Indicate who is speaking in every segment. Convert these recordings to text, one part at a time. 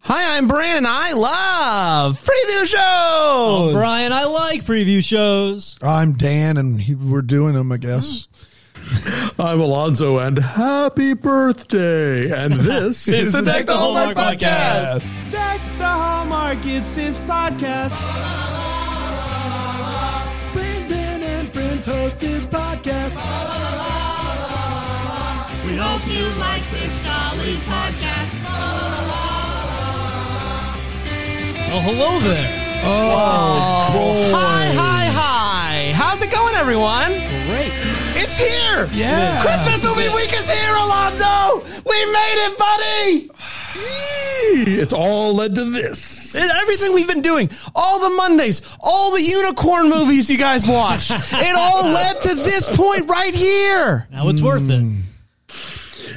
Speaker 1: Hi, I'm Brian, and I love preview shows. Oh,
Speaker 2: Brian, I like preview shows.
Speaker 3: I'm Dan, and he, we're doing them, I guess.
Speaker 4: I'm Alonzo, and happy birthday! And this
Speaker 1: It's the Deck the Hallmark podcast.
Speaker 5: Deck the Hallmark, it's his podcast. Brendan and friends host his podcast.
Speaker 6: We hope you like this jolly podcast.
Speaker 2: Oh, hello there.
Speaker 1: Oh. Hi, hi, hi. How's it going, everyone?
Speaker 2: Great.
Speaker 1: It's here.
Speaker 3: Yeah.
Speaker 1: Christmas movie week is here, Alonzo. We made it, buddy.
Speaker 4: It's all led to this.
Speaker 1: Everything we've been doing, all the Mondays, all the unicorn movies you guys watched, it all led to this point right here.
Speaker 2: Now it's worth it.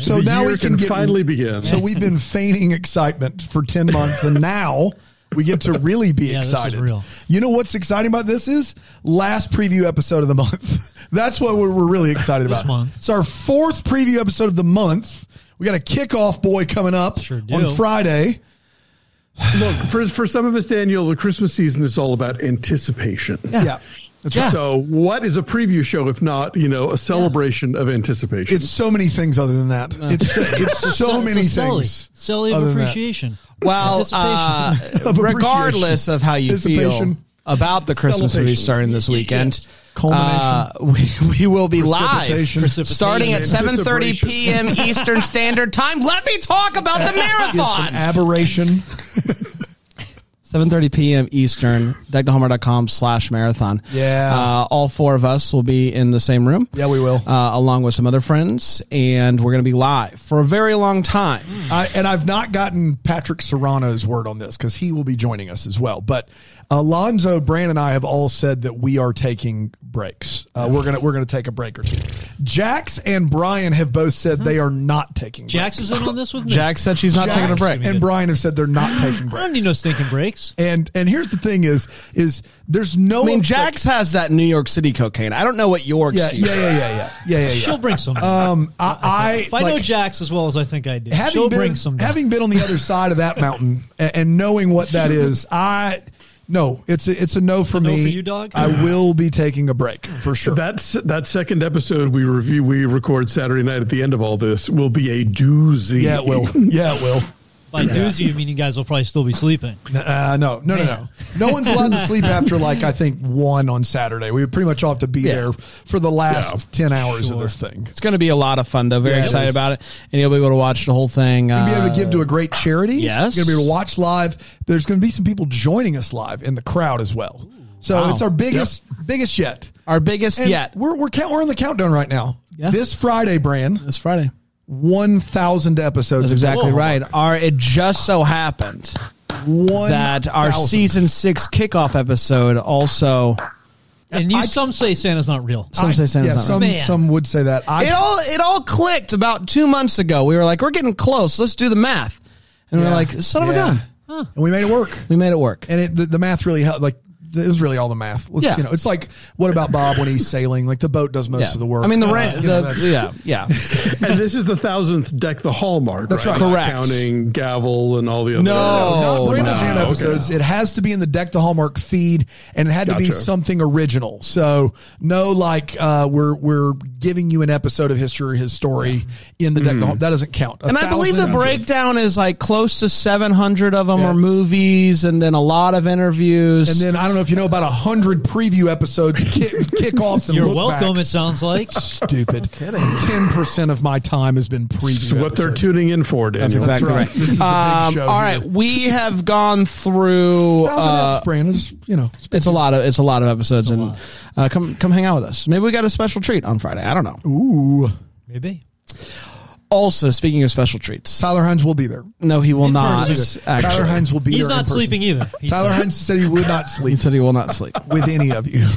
Speaker 3: So
Speaker 4: the
Speaker 3: now
Speaker 4: year
Speaker 3: we can, get,
Speaker 4: finally begin.
Speaker 3: So we've been feigning excitement for ten months, and now we get to really be
Speaker 2: Yeah, this is
Speaker 3: excited.
Speaker 2: real.
Speaker 3: You know what's exciting about this is last preview episode of the month. That's what we're, we're really excited about.
Speaker 2: month.
Speaker 3: It's our fourth preview episode of the month. We got a kickoff boy coming up
Speaker 2: Sure do.
Speaker 3: on Friday.
Speaker 4: Look for for some of us, Daniel, the Christmas season is all about anticipation.
Speaker 3: Yeah. That's right.
Speaker 4: So, what is a preview show if not, you know, a celebration of anticipation?
Speaker 3: It's so many things other than that. It's so, it's so
Speaker 2: Uh, It's
Speaker 3: many
Speaker 2: a Sully.
Speaker 3: things.
Speaker 2: Sully of
Speaker 3: other than that.
Speaker 2: appreciation.
Speaker 1: Well, uh,
Speaker 2: Anticipation.
Speaker 3: Of appreciation.
Speaker 1: regardless of how you feel
Speaker 3: Anticipation.
Speaker 1: about the Christmas
Speaker 4: Celebration.
Speaker 1: movie starting this weekend,
Speaker 2: Yes.
Speaker 3: Culmination.
Speaker 1: uh, we, we will be live
Speaker 3: Precipitation.
Speaker 1: starting at
Speaker 4: Precipitation.
Speaker 1: 7.30 p.m. Eastern Standard Time. Let me talk about the
Speaker 3: An
Speaker 1: marathon.
Speaker 3: aberration.
Speaker 1: 7.30 p.m. Eastern, deckthehallmark.com slash marathon.
Speaker 3: Yeah.
Speaker 1: Uh, all four of us will be in the same room.
Speaker 3: Yeah, we will.
Speaker 1: Uh, along with some other friends, and we're going to be live for a very long time.
Speaker 3: I, and I've not gotten Patrick Serrano's word on this because he will be joining us as well. But Alonzo, Brand, and I have all said that we are taking breaks. Uh, we're gonna we're gonna take a break or two. Jax and Brian have both said they are not taking.
Speaker 2: Jax is in on this with me.
Speaker 1: Jack said she's not
Speaker 3: breaks.
Speaker 1: taking a
Speaker 3: Jax
Speaker 1: break.
Speaker 3: and Brian have said they're not taking
Speaker 2: I don't need no
Speaker 3: breaks.
Speaker 2: stinking breaks.
Speaker 3: And and here's the thing is is there's no
Speaker 1: I mean,
Speaker 3: like-
Speaker 1: Jax has that New York City cocaine. I don't know what your
Speaker 3: Oh, yeah,
Speaker 1: excuse
Speaker 3: yeah, yeah,
Speaker 1: is.
Speaker 3: yeah, yeah, yeah, yeah, yeah.
Speaker 2: She'll bring some.
Speaker 3: Um, I, I
Speaker 2: if I know Jax as well as I think I do,
Speaker 3: having
Speaker 2: she'll
Speaker 3: been,
Speaker 2: bring some.
Speaker 3: having been on the other side of that mountain and, and knowing what that is, I no, it's a, it's a no for
Speaker 2: no
Speaker 3: me.
Speaker 2: for you, dog?
Speaker 3: I will be taking a break for sure.
Speaker 4: That's that second episode we review we record Saturday night at the end of all this will be a doozy.
Speaker 3: yeah, it will. Yeah, it will.
Speaker 2: By doozy, you mean you guys will probably still be sleeping.
Speaker 3: Uh, no, no, no, no. No one's allowed to sleep after like I think one on Saturday. We pretty much all have to be
Speaker 1: Yeah.
Speaker 3: there for the last ten hours of
Speaker 2: Sure.
Speaker 3: this thing.
Speaker 1: It's going to be a lot of fun, though. Very
Speaker 3: Yeah, it
Speaker 1: excited
Speaker 3: is.
Speaker 1: about it, and you'll be able to watch the whole thing. Uh,
Speaker 3: Be able to give to a great charity.
Speaker 1: yes.
Speaker 3: You're gonna be able to watch live. There's gonna be some people joining us live in the crowd as well. So
Speaker 1: Wow.
Speaker 3: it's our biggest, biggest yet.
Speaker 1: our biggest
Speaker 3: And
Speaker 1: yet.
Speaker 3: We're we're count, we're on the countdown right now.
Speaker 1: Yeah.
Speaker 3: This Friday, Bran,
Speaker 1: It's Friday.
Speaker 3: one thousand episodes.
Speaker 1: That's exactly
Speaker 3: Whoa.
Speaker 1: right. Our it just so happened
Speaker 3: One
Speaker 1: that our
Speaker 3: thousand.
Speaker 1: season six kickoff episode also.
Speaker 2: And you, some say Santa's not real.
Speaker 1: Some say Santa's
Speaker 3: Yeah,
Speaker 1: not
Speaker 3: some
Speaker 1: real.
Speaker 2: Man.
Speaker 3: some would say that. I
Speaker 1: It all it all clicked about two months ago. We were like, we're getting close. Let's do the math, and we're
Speaker 3: Yeah.
Speaker 1: like, son of a
Speaker 3: Yeah.
Speaker 1: gun,
Speaker 3: and we made it work,
Speaker 1: we made it work.
Speaker 3: and it the, the math really helped. Like it was really all the math. Let's-
Speaker 1: Yeah.
Speaker 3: you know, it's like what about Bob when he's sailing? Like the boat does most
Speaker 1: yeah.
Speaker 3: of the work.
Speaker 1: I mean, the
Speaker 3: Uh,
Speaker 1: rent.
Speaker 3: you know,
Speaker 1: the,
Speaker 3: that's-
Speaker 1: yeah, yeah.
Speaker 4: And this is the thousandth deck the hallmark.
Speaker 3: That's right.
Speaker 4: Not
Speaker 1: Correct.
Speaker 4: Counting gavel and all the other.
Speaker 1: No.
Speaker 3: Not
Speaker 1: Oh,
Speaker 3: Randall
Speaker 1: no.
Speaker 3: Jam episodes. It has to be in the Deck the Hallmark feed, and it had to be
Speaker 4: Gotcha.
Speaker 3: something original. So no, like uh, we're we're giving you an episode of history, his story in the Deck the Hall. That doesn't count. A
Speaker 1: And I believe the
Speaker 3: thousand-
Speaker 1: breakdown is like close to 700 of them are
Speaker 3: Yes.
Speaker 1: movies and then a lot of interviews.
Speaker 3: And then I don't know if you know about a hundred preview episodes, kick, kickoffs, and
Speaker 2: You're
Speaker 3: look
Speaker 2: welcome, it
Speaker 3: Backs.
Speaker 2: sounds like.
Speaker 3: stupid. Ten percent of my time has been preview.
Speaker 4: It's what they're
Speaker 3: episodes.
Speaker 4: tuning in for, Daniel.
Speaker 1: That's exactly
Speaker 3: right.
Speaker 1: right.
Speaker 3: This is the big
Speaker 1: Um,
Speaker 3: show
Speaker 1: all
Speaker 3: here.
Speaker 1: right, we have gone through.
Speaker 3: Thousand
Speaker 1: uh,
Speaker 3: eps, Brandon. It's, you know, it's-
Speaker 1: it's a lot of it's a lot of episodes, and uh, come come hang out with us. Maybe we got a special treat on Friday. I don't know.
Speaker 3: ooh.
Speaker 2: Maybe.
Speaker 1: Also, speaking of special treats,
Speaker 3: Tyler Hines will be there.
Speaker 1: no, he will not.
Speaker 2: person.
Speaker 3: Tyler
Speaker 1: Actually,
Speaker 3: Hines will be
Speaker 2: He's
Speaker 3: there. in
Speaker 2: not
Speaker 3: person.
Speaker 2: sleeping either. He
Speaker 3: Tyler
Speaker 2: said.
Speaker 3: Hines said he would not
Speaker 1: he
Speaker 3: sleep.
Speaker 1: said he will not sleep.
Speaker 3: with any of you.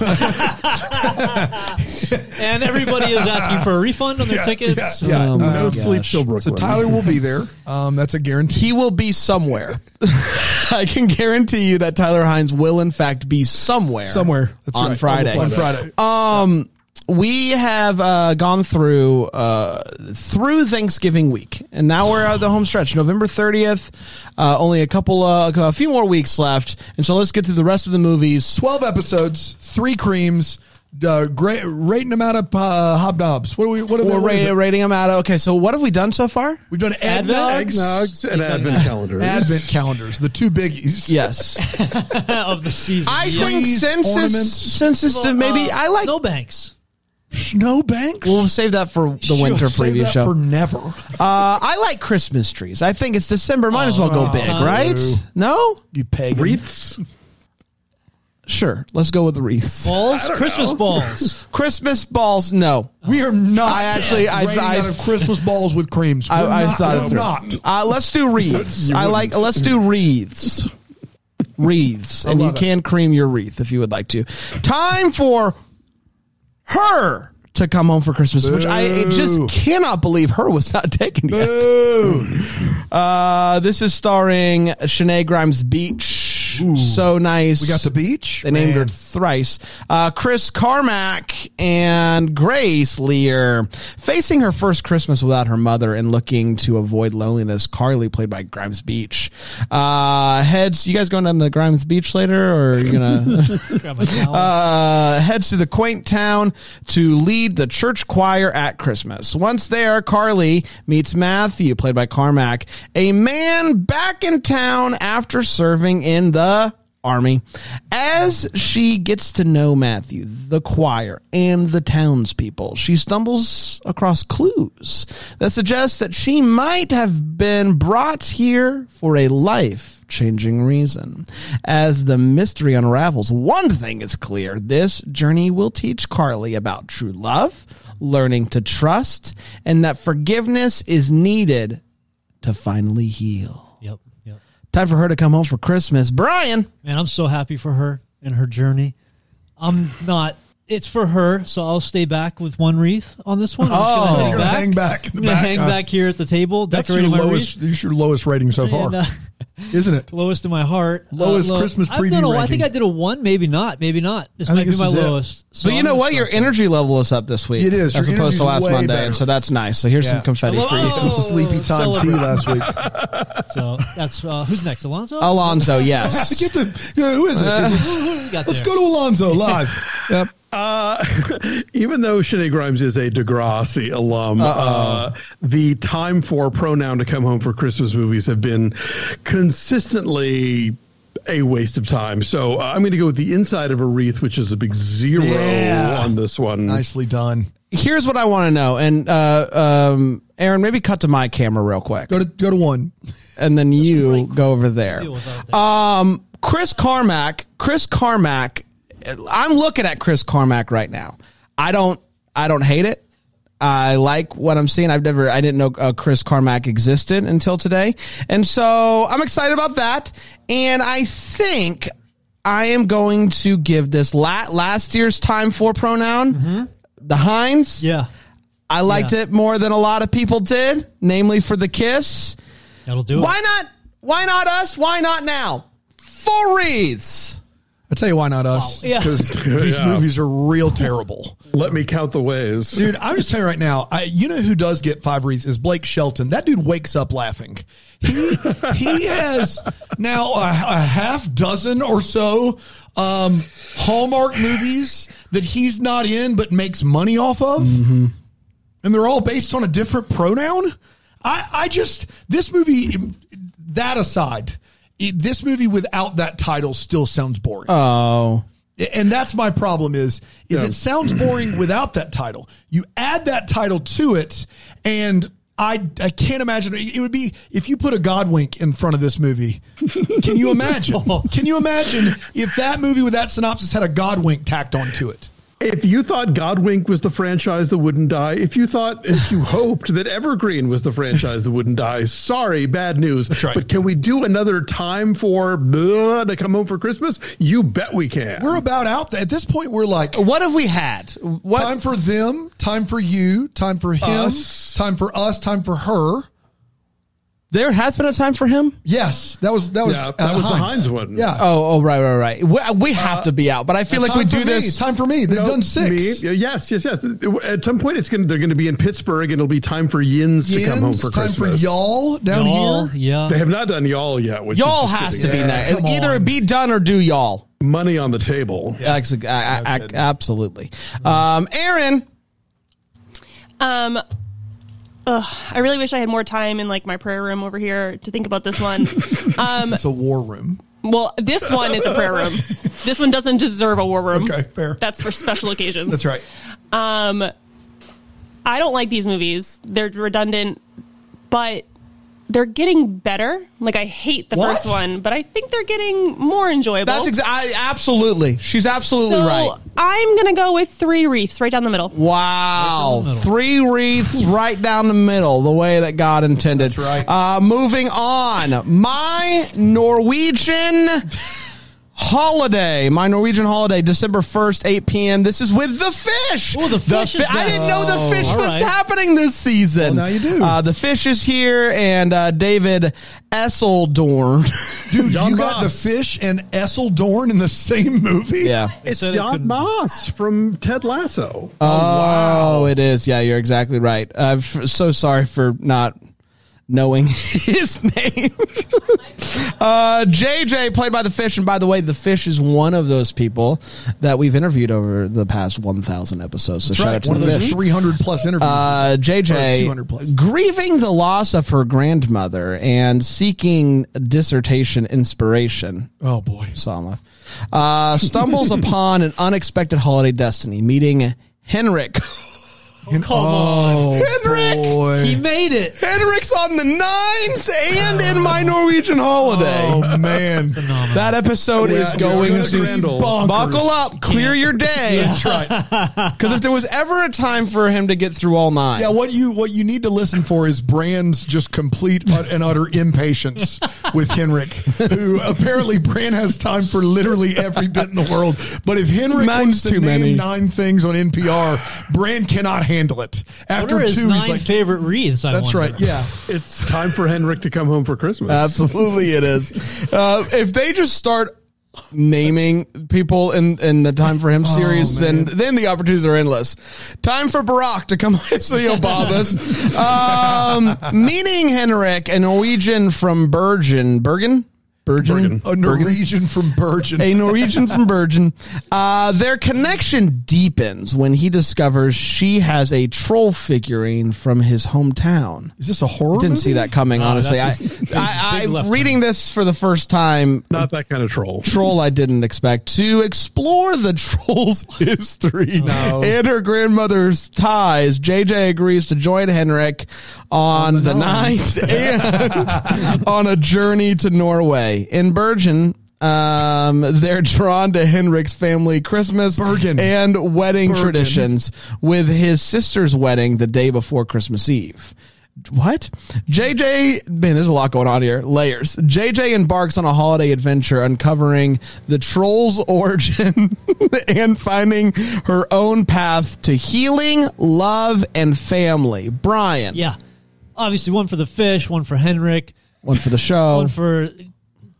Speaker 2: And everybody is asking for a refund on their tickets.
Speaker 3: yeah.
Speaker 1: Oh my
Speaker 4: No
Speaker 1: gosh.
Speaker 4: Uh, sleep till
Speaker 3: so
Speaker 4: Brooklyn.
Speaker 3: Tyler will be there. Um, that's a guarantee.
Speaker 1: He will be somewhere. I can guarantee you that Tyler Hines will, in fact, be somewhere.
Speaker 3: Somewhere. That's
Speaker 1: on
Speaker 3: right.
Speaker 1: Friday.
Speaker 3: On Friday.
Speaker 1: Um, we have uh, gone through uh, through Thanksgiving week, and now we're at the home stretch, November thirtieth. Uh, only a couple, uh, a few more weeks left, and so let's get to the rest of the movies.
Speaker 3: 12 episodes, three creams, uh, great, rating them out of uh, hobnobs. What are we, what are we,
Speaker 1: We're
Speaker 3: what is
Speaker 1: ra-
Speaker 3: it?
Speaker 1: rating them out. Okay, so what have we done so far?
Speaker 3: We've done
Speaker 2: Advent?
Speaker 3: eggnogs,
Speaker 4: Eggnogs and advent calendars.
Speaker 3: advent calendars, the two biggies.
Speaker 1: Yes,
Speaker 2: of the season.
Speaker 1: I
Speaker 2: Yeah.
Speaker 1: think
Speaker 3: Trees,
Speaker 1: census,
Speaker 3: ornaments.
Speaker 1: census. to maybe
Speaker 2: Uh,
Speaker 1: I like.
Speaker 2: snowbanks.
Speaker 3: Snowbanks?
Speaker 1: We'll save that for the winter
Speaker 3: Save
Speaker 1: preview
Speaker 3: that
Speaker 1: show.
Speaker 3: for never.
Speaker 1: uh, I like Christmas trees. I think it's December. Might as well
Speaker 3: Oh,
Speaker 1: go big,
Speaker 2: time.
Speaker 1: right? No,
Speaker 3: You pagan.
Speaker 4: Wreaths.
Speaker 1: sure. Let's go with the wreaths.
Speaker 2: Balls. Christmas balls.
Speaker 1: Christmas balls, no.
Speaker 3: We are not.
Speaker 1: I actually- I-
Speaker 3: rating
Speaker 1: I-
Speaker 3: out of Christmas balls with creams. We're
Speaker 1: I, I
Speaker 3: not-
Speaker 1: thought
Speaker 3: we're
Speaker 1: it through.
Speaker 3: Not.
Speaker 1: Uh, let's do wreaths.
Speaker 4: You
Speaker 1: I like.
Speaker 4: wouldn't.
Speaker 1: Let's do wreaths. Wreaths, and you
Speaker 3: love it.
Speaker 1: can cream your wreath if you would like to. Time for her to come home for Christmas, which I it just
Speaker 3: Boo.
Speaker 1: cannot believe her was not taken yet.
Speaker 3: Ooh.
Speaker 1: Uh, this is starring Shanae Grimes Beach. So nice.
Speaker 3: We got the beach.
Speaker 1: They named her
Speaker 3: Man.
Speaker 1: thrice. Uh, Chris Carmack and Grace Lear. Facing her first Christmas without her mother and looking to avoid loneliness, Carly, played by Grimes Beach. Uh, heads, you guys going down to Grimes Beach later or are you going to?
Speaker 2: Grab my towel.
Speaker 1: uh, heads to the quaint town to lead the church choir at Christmas. Once there, Carly meets Matthew, played by Carmack, a man back in town after serving in the army. As she gets to know Matthew, the choir, and the townspeople, she stumbles across clues that suggest that she might have been brought here for a life changing reason. As the mystery unravels, one thing is clear this journey will teach Carly about true love, learning to trust, and that forgiveness is needed to finally heal.
Speaker 2: yep. Yep.
Speaker 1: Time for her to come home for Christmas. Brian!
Speaker 2: Man, I'm so happy for her and her journey. I'm not. It's for her, so I'll stay back with one wreath on this one. I'm just
Speaker 1: Oh.
Speaker 2: gonna hang
Speaker 1: You're
Speaker 3: Gonna
Speaker 2: back.
Speaker 3: hang back. in the
Speaker 2: I'm gonna
Speaker 3: back.
Speaker 2: hang
Speaker 3: Uh,
Speaker 2: back here at the table,
Speaker 3: That's your
Speaker 2: decorating my
Speaker 3: lowest.
Speaker 2: wreath.
Speaker 3: That's your lowest rating so far,
Speaker 2: And, uh,
Speaker 3: isn't it?
Speaker 2: lowest in my heart. Uh,
Speaker 3: Lowest Christmas
Speaker 2: I've done
Speaker 3: preview
Speaker 2: a- I
Speaker 3: ranking.
Speaker 2: think I did a one, maybe not, maybe not. This
Speaker 3: I
Speaker 2: might
Speaker 3: think
Speaker 2: be
Speaker 3: this
Speaker 2: my
Speaker 3: is it.
Speaker 2: lowest. So
Speaker 1: But you
Speaker 2: I'm uh,
Speaker 1: know
Speaker 2: gonna
Speaker 1: what? Your
Speaker 2: start there.
Speaker 1: energy level is up this week.
Speaker 3: It is.
Speaker 1: As
Speaker 3: Your
Speaker 1: opposed
Speaker 3: energy's
Speaker 1: to last
Speaker 3: way
Speaker 1: Monday.
Speaker 3: better.
Speaker 1: And so that's nice. So here's some
Speaker 3: Yeah.
Speaker 1: confetti
Speaker 2: Hello?
Speaker 1: for you.
Speaker 2: Oh.
Speaker 3: Sleepy time tea
Speaker 2: celebrate.
Speaker 3: last week.
Speaker 2: So that's uh, who's next, Alonso.
Speaker 1: Alonso, yes.
Speaker 3: Get the, you know, who is it?
Speaker 2: Uh,
Speaker 3: Is it-
Speaker 2: We got
Speaker 3: let's
Speaker 2: there.
Speaker 3: go to Alonzo live. Yep.
Speaker 4: Uh, even though Shanae Grimes is a Degrassi alum, uh, the time for pronoun to come home for Christmas movies have been consistently a waste of time. So uh, I'm going to go with the inside of a wreath, which is a big zero
Speaker 3: Yeah.
Speaker 4: on this one.
Speaker 3: Nicely done.
Speaker 1: Here's what I want to know. And uh, um, Aaron, maybe cut to my camera real quick.
Speaker 3: Go to go to one.
Speaker 1: and then you go over there.
Speaker 2: Deal with that thing.
Speaker 3: Uh,
Speaker 1: Um, Chris Carmack, Chris Carmack, I'm looking at Chris Carmack right now. I don't, I don't hate it. I like what I'm seeing. I've never, I didn't know uh, Chris Carmack existed until today, and so I'm excited about that. And I think I am going to give this la- last year's time for pronoun the Heinz.
Speaker 2: Mm-hmm. yeah,
Speaker 1: I liked
Speaker 2: Yeah.
Speaker 1: it more than a lot of people did, namely for the kiss.
Speaker 2: that'll do
Speaker 1: Why
Speaker 2: it.
Speaker 1: not? Why not us? Why not now? Four wreaths.
Speaker 3: I tell you why not us?
Speaker 2: Wow. Yeah.
Speaker 3: Because these
Speaker 4: Yeah.
Speaker 3: movies are real terrible.
Speaker 4: Let me count the ways.
Speaker 3: Dude, I'm just telling you right now. I, you know who does get five wreaths is Blake Shelton. That dude wakes up laughing. He he has now a, a half dozen or so um, Hallmark movies that he's not in but makes money off of, and they're all based on a different pronoun. I I just this movie. That aside, it, this movie without that title still sounds boring
Speaker 1: Oh,
Speaker 3: and that's my problem is is
Speaker 4: Yeah.
Speaker 3: it sounds boring without that title you add that title to it and I, I can't imagine it would be if you put a Godwink in front of this movie. Can you imagine? Can you imagine if that movie with that synopsis had a Godwink tacked onto it?
Speaker 4: If you thought Godwink was the franchise that wouldn't die, if you thought, if you hoped that Evergreen was the franchise that wouldn't die, sorry, bad news. That's
Speaker 3: right.
Speaker 4: But can we do another time for blah to come home for Christmas? You bet we can.
Speaker 3: We're about out at this point. We're like
Speaker 4: Uh,
Speaker 1: what have we had? What?
Speaker 3: time for them, time for you, time for him,
Speaker 4: Us.
Speaker 3: time for us, time for her.
Speaker 1: There has been a time for him.
Speaker 3: Yes, that was that was
Speaker 4: Yeah, that was the Heinz one. Uh,
Speaker 3: Yeah.
Speaker 1: Oh, oh, right, right, right. We, we have to be out, but I feel like we
Speaker 3: Uh, Time
Speaker 1: do
Speaker 3: for me.
Speaker 1: this.
Speaker 3: Time for me. They've
Speaker 4: No,
Speaker 3: done six.
Speaker 4: me. Yes, yes, yes. At some point, it's going. to They're going to be in Pittsburgh, and it'll be time for Yins, to come home
Speaker 3: Yins,
Speaker 4: for
Speaker 3: time for
Speaker 4: Christmas.
Speaker 3: y'all down
Speaker 2: Y'all,
Speaker 3: here.
Speaker 2: yeah.
Speaker 4: They have not done y'all yet. Which
Speaker 1: Y'all
Speaker 4: is just
Speaker 1: has to
Speaker 4: sitting there.
Speaker 1: be next.
Speaker 3: come
Speaker 1: Either
Speaker 3: on.
Speaker 1: be done or do y'all.
Speaker 4: Money on the table.
Speaker 1: Ex- I- I- I- absolutely. Um, Aaron,
Speaker 7: Um, ugh, I really wish I had more time in like my prayer room over here to think about this one.
Speaker 3: It's a war room.
Speaker 7: well, this one is a prayer room. This one doesn't deserve a war room.
Speaker 3: Okay, fair.
Speaker 7: That's for special occasions.
Speaker 3: That's right.
Speaker 7: Um, I don't like these movies. They're redundant, but they're getting better. Like I hate the
Speaker 3: What?
Speaker 7: first one, but I think they're getting more enjoyable.
Speaker 1: that's exactly. Absolutely, she's absolutely
Speaker 7: so
Speaker 1: right.
Speaker 7: I'm gonna go with three wreaths right down the middle.
Speaker 1: Wow.
Speaker 2: Right down the middle.
Speaker 1: Three wreaths right down the middle, the way that God intended.
Speaker 3: That's right.
Speaker 1: Uh, moving on. My Norwegian holiday. My Norwegian holiday, December 1st, 8 p.m. This is with The Fish.
Speaker 2: Oh, The Fish is
Speaker 1: I
Speaker 2: back.
Speaker 1: didn't know
Speaker 2: Oh,
Speaker 1: The Fish
Speaker 2: all
Speaker 1: was
Speaker 2: right.
Speaker 1: happening this season.
Speaker 3: Well, now you do.
Speaker 1: Uh, the Fish is here, and uh, David Esseldorn.
Speaker 3: Dude,
Speaker 4: Jan
Speaker 3: you got the
Speaker 4: Moss.
Speaker 3: fish and Essel Dorn in the same movie.
Speaker 4: It's
Speaker 2: said it
Speaker 4: Jan
Speaker 2: couldn't-
Speaker 4: Moss from Ted Lasso.
Speaker 3: Uh,
Speaker 1: Oh, it is. Yeah, you're exactly right. I'm f- so sorry for not knowing his name. uh, JJ, played by the fish. And by the way, the fish is one of those people that we've interviewed over the past 1,000 episodes. So
Speaker 3: That's
Speaker 1: shout
Speaker 3: right.
Speaker 1: out to
Speaker 3: One of
Speaker 1: the
Speaker 3: those
Speaker 1: fish.
Speaker 3: 300 plus interviews. Or
Speaker 1: Uh,
Speaker 3: 200 plus.
Speaker 1: JJ grieving the loss of her grandmother and seeking dissertation inspiration
Speaker 3: oh, boy.
Speaker 1: Salma, uh, stumbles upon an unexpected holiday destiny, meeting Henrik.
Speaker 3: And- oh,
Speaker 1: Henrik!
Speaker 3: boy.
Speaker 2: he made it.
Speaker 1: Henrik's on the nines and in my Norwegian holiday.
Speaker 3: Oh, man.
Speaker 1: that episode
Speaker 4: Yeah,
Speaker 1: is
Speaker 4: it's
Speaker 1: going
Speaker 4: gonna
Speaker 1: to
Speaker 4: be bonkers.
Speaker 1: buckle up, clear your day. That's right. Because if there was ever a time for him to get through all nine,
Speaker 3: Yeah, what you what you need to listen for is Brand's just complete ut- and utter impatience with Henrik, who apparently Brand has time for literally every bit in the world. But if Henrik
Speaker 1: Nine's
Speaker 3: wants to
Speaker 1: too
Speaker 3: name
Speaker 1: many.
Speaker 3: nine things on NPR, Brand cannot handle it.
Speaker 2: What are
Speaker 3: After
Speaker 2: his
Speaker 3: two,
Speaker 2: nine
Speaker 3: he's like,
Speaker 2: favorite wreaths? I
Speaker 3: "That's
Speaker 2: wonder.
Speaker 3: right, yeah."
Speaker 4: It's time for Henrik to come home for Christmas.
Speaker 1: absolutely it is. Uh, if they just start naming people in, in the Time for Him series, then then the opportunities are endless. Time for Barack to come as the Obamas. Um, meeting Henrik, a Norwegian from Bergen, Bergen, Bergen,
Speaker 4: Bergen.
Speaker 3: A Norwegian from Bergen.
Speaker 1: a Norwegian from Bergen. Uh, their connection deepens when he discovers she has a troll figurine from his hometown.
Speaker 3: is this a horror?
Speaker 1: Didn't see
Speaker 3: movie?
Speaker 1: that coming, honestly. I,
Speaker 2: Oh, that's a big-
Speaker 1: I,
Speaker 2: big
Speaker 1: I
Speaker 2: left
Speaker 1: reading this for the first time.
Speaker 4: Not that kind of troll.
Speaker 1: Troll, I didn't expect to explore the troll's history and her grandmother's ties. JJ agrees to join Henrik on, the, ninth and on a journey to Norway. In Bergen, um, they're drawn to Henrik's family Christmas
Speaker 3: Bergen.
Speaker 1: and wedding
Speaker 3: Bergen.
Speaker 1: traditions with his sister's wedding the day before Christmas Eve. What? JJ, man, there's a lot going on here. Layers. JJ embarks on a holiday adventure uncovering the troll's origin and finding her own path to healing, love, and family. Brian,
Speaker 2: Yeah. Obviously, one for the fish, one for Henrik,
Speaker 1: one for the show.
Speaker 3: Oh.
Speaker 2: one for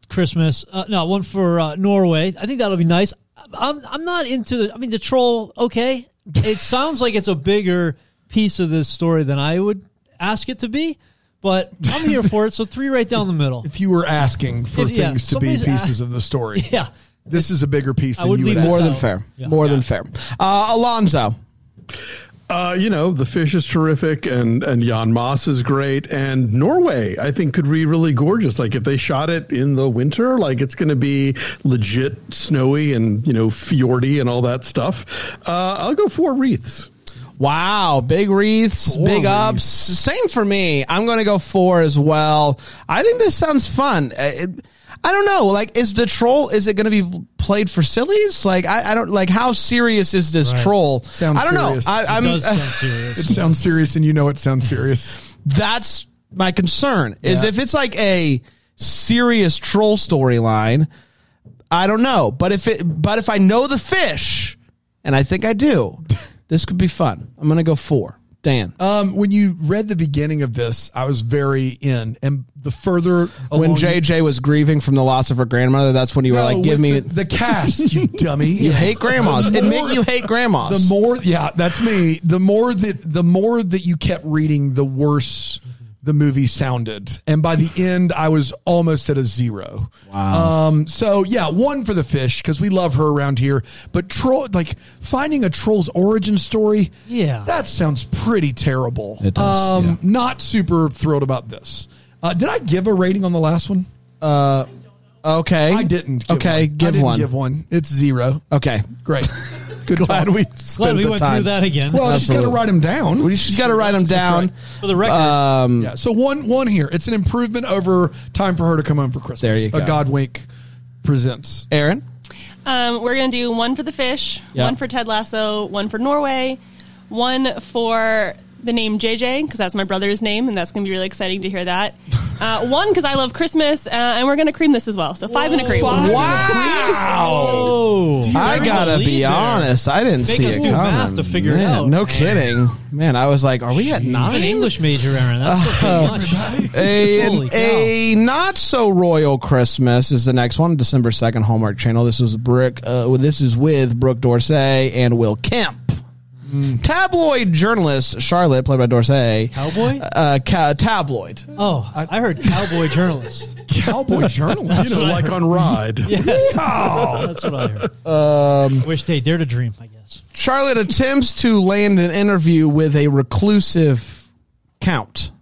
Speaker 2: Christmas. Uh, no, one for uh, Norway. I think that'll be nice. I'm I'm not into the. I mean, the troll. Okay, it sounds like it's a bigger piece of this story than I would ask it to be, but I'm here for it. So three right down the middle.
Speaker 3: If you were asking for
Speaker 2: If- yeah,
Speaker 3: things to be
Speaker 2: somebody's a-
Speaker 3: pieces of the story,
Speaker 2: Yeah.
Speaker 3: this is a bigger piece than
Speaker 2: would
Speaker 3: you would
Speaker 2: leave
Speaker 3: ask.
Speaker 1: More than
Speaker 2: So,
Speaker 1: fair.
Speaker 2: yeah.
Speaker 1: More than fair. Uh, Alonzo.
Speaker 4: Uh, you know, the fish is terrific, and and Jan Moss is great, and Norway I think could be really gorgeous. Like if they shot it in the winter, like it's going to be legit snowy and you know fjordy and all that stuff. Uh, I'll go four wreaths.
Speaker 1: Wow, big wreaths,
Speaker 3: Four
Speaker 1: big ups. Same for me. I'm going to go four as well. I think this sounds fun. Uh, it- I don't know. Like, is the troll? Is it going to be played for sillies? Like, I, I don't like how serious is this
Speaker 2: Right.
Speaker 1: troll?
Speaker 3: Sounds
Speaker 1: I don't
Speaker 3: serious.
Speaker 1: know. I,
Speaker 3: It
Speaker 1: I'm uh,
Speaker 2: does sound serious.
Speaker 3: It sounds serious, and you know it sounds serious.
Speaker 1: that's my concern is
Speaker 3: Yeah.
Speaker 1: if it's like a serious troll storyline i don't know but if it but if i know the fish and i think i do this could be fun i'm gonna go four Dan.
Speaker 3: Um, when you read the beginning of this, I was very in, and the further
Speaker 1: when
Speaker 3: along-
Speaker 1: JJ was grieving from the loss of her grandmother, that's when you were
Speaker 3: No,
Speaker 1: like, "Give
Speaker 3: with
Speaker 1: me."
Speaker 3: the, the cast, you dummy.
Speaker 1: you hate grandmas.
Speaker 3: The
Speaker 1: Admit
Speaker 3: more-
Speaker 1: you hate grandmas.
Speaker 3: The more, yeah, that's me. The more that the more that you kept reading, the worse the movie sounded. And by the end, I was almost at a zero. Wow. Um. So yeah, one for the fish because we love her around here. But troll, like finding a troll's origin story.
Speaker 2: Yeah.
Speaker 3: that sounds pretty terrible.
Speaker 1: It does,
Speaker 3: Um.
Speaker 1: yeah.
Speaker 3: Not super thrilled about this. Uh, did I give a rating on the last one?
Speaker 1: okay,
Speaker 3: I didn't. Give
Speaker 1: okay,
Speaker 3: one. I
Speaker 1: give
Speaker 3: didn't
Speaker 1: one.
Speaker 3: Give one. It's zero.
Speaker 1: Okay,
Speaker 3: Great. Good.
Speaker 1: glad
Speaker 3: talk.
Speaker 1: we
Speaker 2: Glad
Speaker 1: spent
Speaker 2: we
Speaker 1: the
Speaker 2: went
Speaker 1: time.
Speaker 2: through that again.
Speaker 3: Well, she's got to
Speaker 1: Absolutely.
Speaker 3: write them down.
Speaker 1: We- She's got to write them down.
Speaker 2: for the record,
Speaker 3: uh,
Speaker 1: Um,
Speaker 3: Yeah. So one one here. It's an improvement over time for her to come home for Christmas.
Speaker 1: There you go.
Speaker 3: A God wink presents.
Speaker 1: Aaron,
Speaker 7: Um, we're gonna do one for the fish,
Speaker 1: Yeah.
Speaker 7: one for Ted Lasso, one for Norway, one for the name JJ because that's my brother's name, and that's gonna be really exciting to hear that. Uh, one because I love Christmas, uh, and we're gonna cream this as well. So five and a cream.
Speaker 1: wow!
Speaker 2: oh,
Speaker 1: I gotta
Speaker 2: lead
Speaker 1: be
Speaker 2: there.
Speaker 1: honest. I didn't
Speaker 2: Make
Speaker 1: see
Speaker 2: us
Speaker 1: it
Speaker 2: do
Speaker 1: coming.
Speaker 2: math to figure it
Speaker 1: Man,
Speaker 2: out.
Speaker 1: No kidding, man. I was like, "Are we at
Speaker 2: I'm an
Speaker 1: nine?
Speaker 2: English major, Aaron. That's so much.
Speaker 1: A,
Speaker 2: Holy cow.
Speaker 1: a not so royal Christmas is the next one, December second, Hallmark Channel. This was Brooke. Uh, well, this is with Brooke Dorsey and Will Kemp.
Speaker 2: Hmm.
Speaker 1: Tabloid journalist Charlotte, played by Dorsey.
Speaker 2: Cowboy?
Speaker 1: Uh, ca- tabloid.
Speaker 2: Oh, I heard cowboy journalist.
Speaker 3: Cowboy journalist.
Speaker 4: You know, like on Ride.
Speaker 2: Yes. That's what I heard. Um, Wish they dare to dream, I guess.
Speaker 1: Charlotte attempts to land an interview with a reclusive count.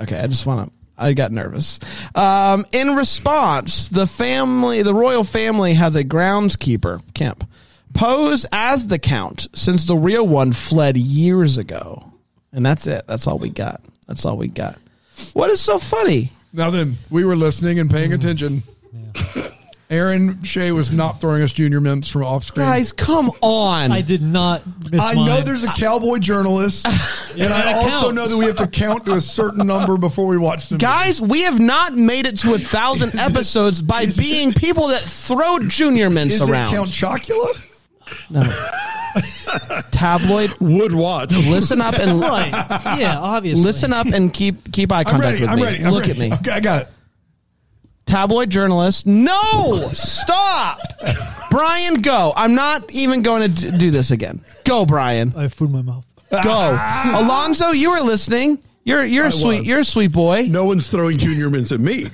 Speaker 1: Okay, I just want to. I got nervous. Um, in response, the family, the royal family, has a groundskeeper, Kemp, pose as the count since the real one fled years ago, and that's it. That's all we got. That's all we got. What is so funny?
Speaker 3: now then, we were listening and paying attention. Aaron Shea was not throwing us junior mints from off screen.
Speaker 1: Guys, come on.
Speaker 2: I did not miss
Speaker 3: I
Speaker 2: mine.
Speaker 3: know there's a cowboy journalist, and I
Speaker 2: that
Speaker 3: also
Speaker 2: counts.
Speaker 3: know that we have to count to a certain number before we watch the movie.
Speaker 1: Guys, we have not made it to a thousand episodes by being people that throw junior mints
Speaker 3: Is
Speaker 1: around.
Speaker 3: it Count Chocula?
Speaker 1: Tabloid,
Speaker 4: Would watch.
Speaker 1: listen up and
Speaker 2: Right. Yeah, obviously.
Speaker 1: listen up and keep keep eye
Speaker 3: I'm
Speaker 1: contact
Speaker 3: ready.
Speaker 1: with
Speaker 3: I'm
Speaker 1: me.
Speaker 3: ready. I'm
Speaker 1: Look
Speaker 3: ready.
Speaker 1: at me,
Speaker 3: Okay, I got it.
Speaker 1: tabloid journalist. No, stop, Brian. Go. I'm not even going to d- do this again. Go, Brian.
Speaker 2: I have food in my mouth.
Speaker 1: Go, Alonzo. You were listening. You're you're a sweet. You're a sweet boy.
Speaker 4: No one's throwing junior mints at me.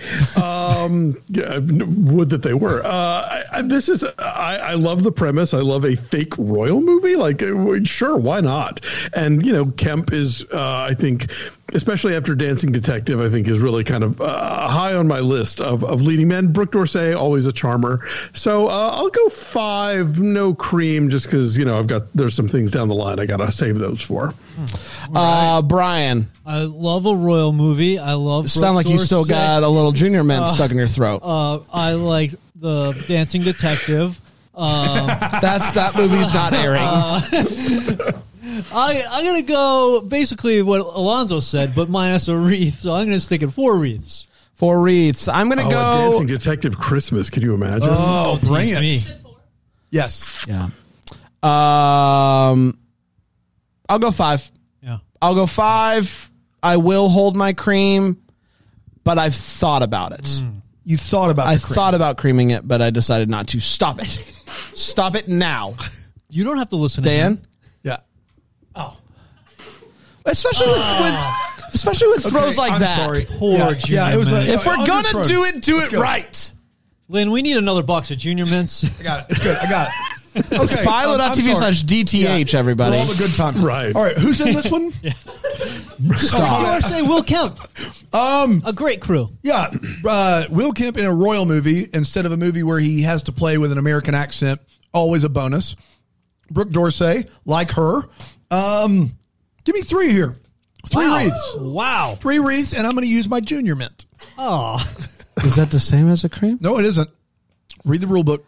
Speaker 4: Um, yeah, n- would that they were. Uh, I, I, this is. I, I love the premise. I love a fake royal movie. Like, uh, well, sure, why not? And you know, Kemp is. Uh, I think, especially after Dancing Detective, I think is really kind of uh, high on my list of, of leading men. Brooke Dorsey, always a charmer. So uh, I'll go five. No cream, just because you know I've got there's some things down the line I gotta save those for.
Speaker 1: Uh, Brian,
Speaker 2: I love a royal movie. I love.
Speaker 1: sound like
Speaker 2: Brooke
Speaker 1: you still
Speaker 2: Dorsey.
Speaker 1: got a little junior mint stuck in your throat.
Speaker 2: Uh, I like the Dancing Detective. Uh,
Speaker 1: That's that movie's not airing.
Speaker 2: I, I'm gonna go basically what Alonzo said, but minus a wreath. So I'm gonna stick at four wreaths.
Speaker 1: Four wreaths. I'm gonna
Speaker 4: Oh, a
Speaker 1: go.
Speaker 4: Dancing Detective Christmas. Can you imagine?
Speaker 3: Oh,
Speaker 2: Tease
Speaker 3: brilliant.
Speaker 2: me.
Speaker 3: Yes.
Speaker 1: Yeah. Um, I'll go five.
Speaker 2: Yeah.
Speaker 1: I'll go five. I will hold my cream, but I've thought about it.
Speaker 3: You thought about
Speaker 1: I
Speaker 3: Mm, the cream.
Speaker 1: thought about creaming it, but I decided not to. Stop it. Stop it now,
Speaker 2: You don't have to listen, to him.
Speaker 1: Dan.
Speaker 3: Yeah.
Speaker 1: Oh. Especially with, with especially with throws
Speaker 3: Okay,
Speaker 1: like
Speaker 3: I'm
Speaker 1: that.
Speaker 3: Sorry.
Speaker 2: Poor
Speaker 3: yeah,
Speaker 2: Junior
Speaker 3: yeah, it was
Speaker 2: Mints.
Speaker 3: a,
Speaker 1: If we're
Speaker 3: I'll just
Speaker 1: gonna
Speaker 3: throw
Speaker 1: do it, do it
Speaker 3: go.
Speaker 1: right.
Speaker 2: Lynn, we need another box of Junior Mints.
Speaker 3: I got it. It's good. I got it. Okay. I'm- I'm
Speaker 1: Philo.tv
Speaker 3: sorry.
Speaker 1: slash DTH, everybody.
Speaker 3: For all the good times.
Speaker 4: Right.
Speaker 3: All right. Who's in this one?
Speaker 1: Stop.
Speaker 2: Dorsey will count. Um, a great crew.
Speaker 3: yeah. Uh, Will Kemp in a royal movie instead of a movie where he has to play with an American accent. Always a bonus. Brooke Dorsey, like her. Um, give me three here. Three
Speaker 2: wow.
Speaker 3: wreaths.
Speaker 2: Wow.
Speaker 3: Three wreaths, and I'm going to use my junior mint.
Speaker 2: Oh,
Speaker 1: Is that the same as a cream?
Speaker 3: No, it isn't. Read the rule book.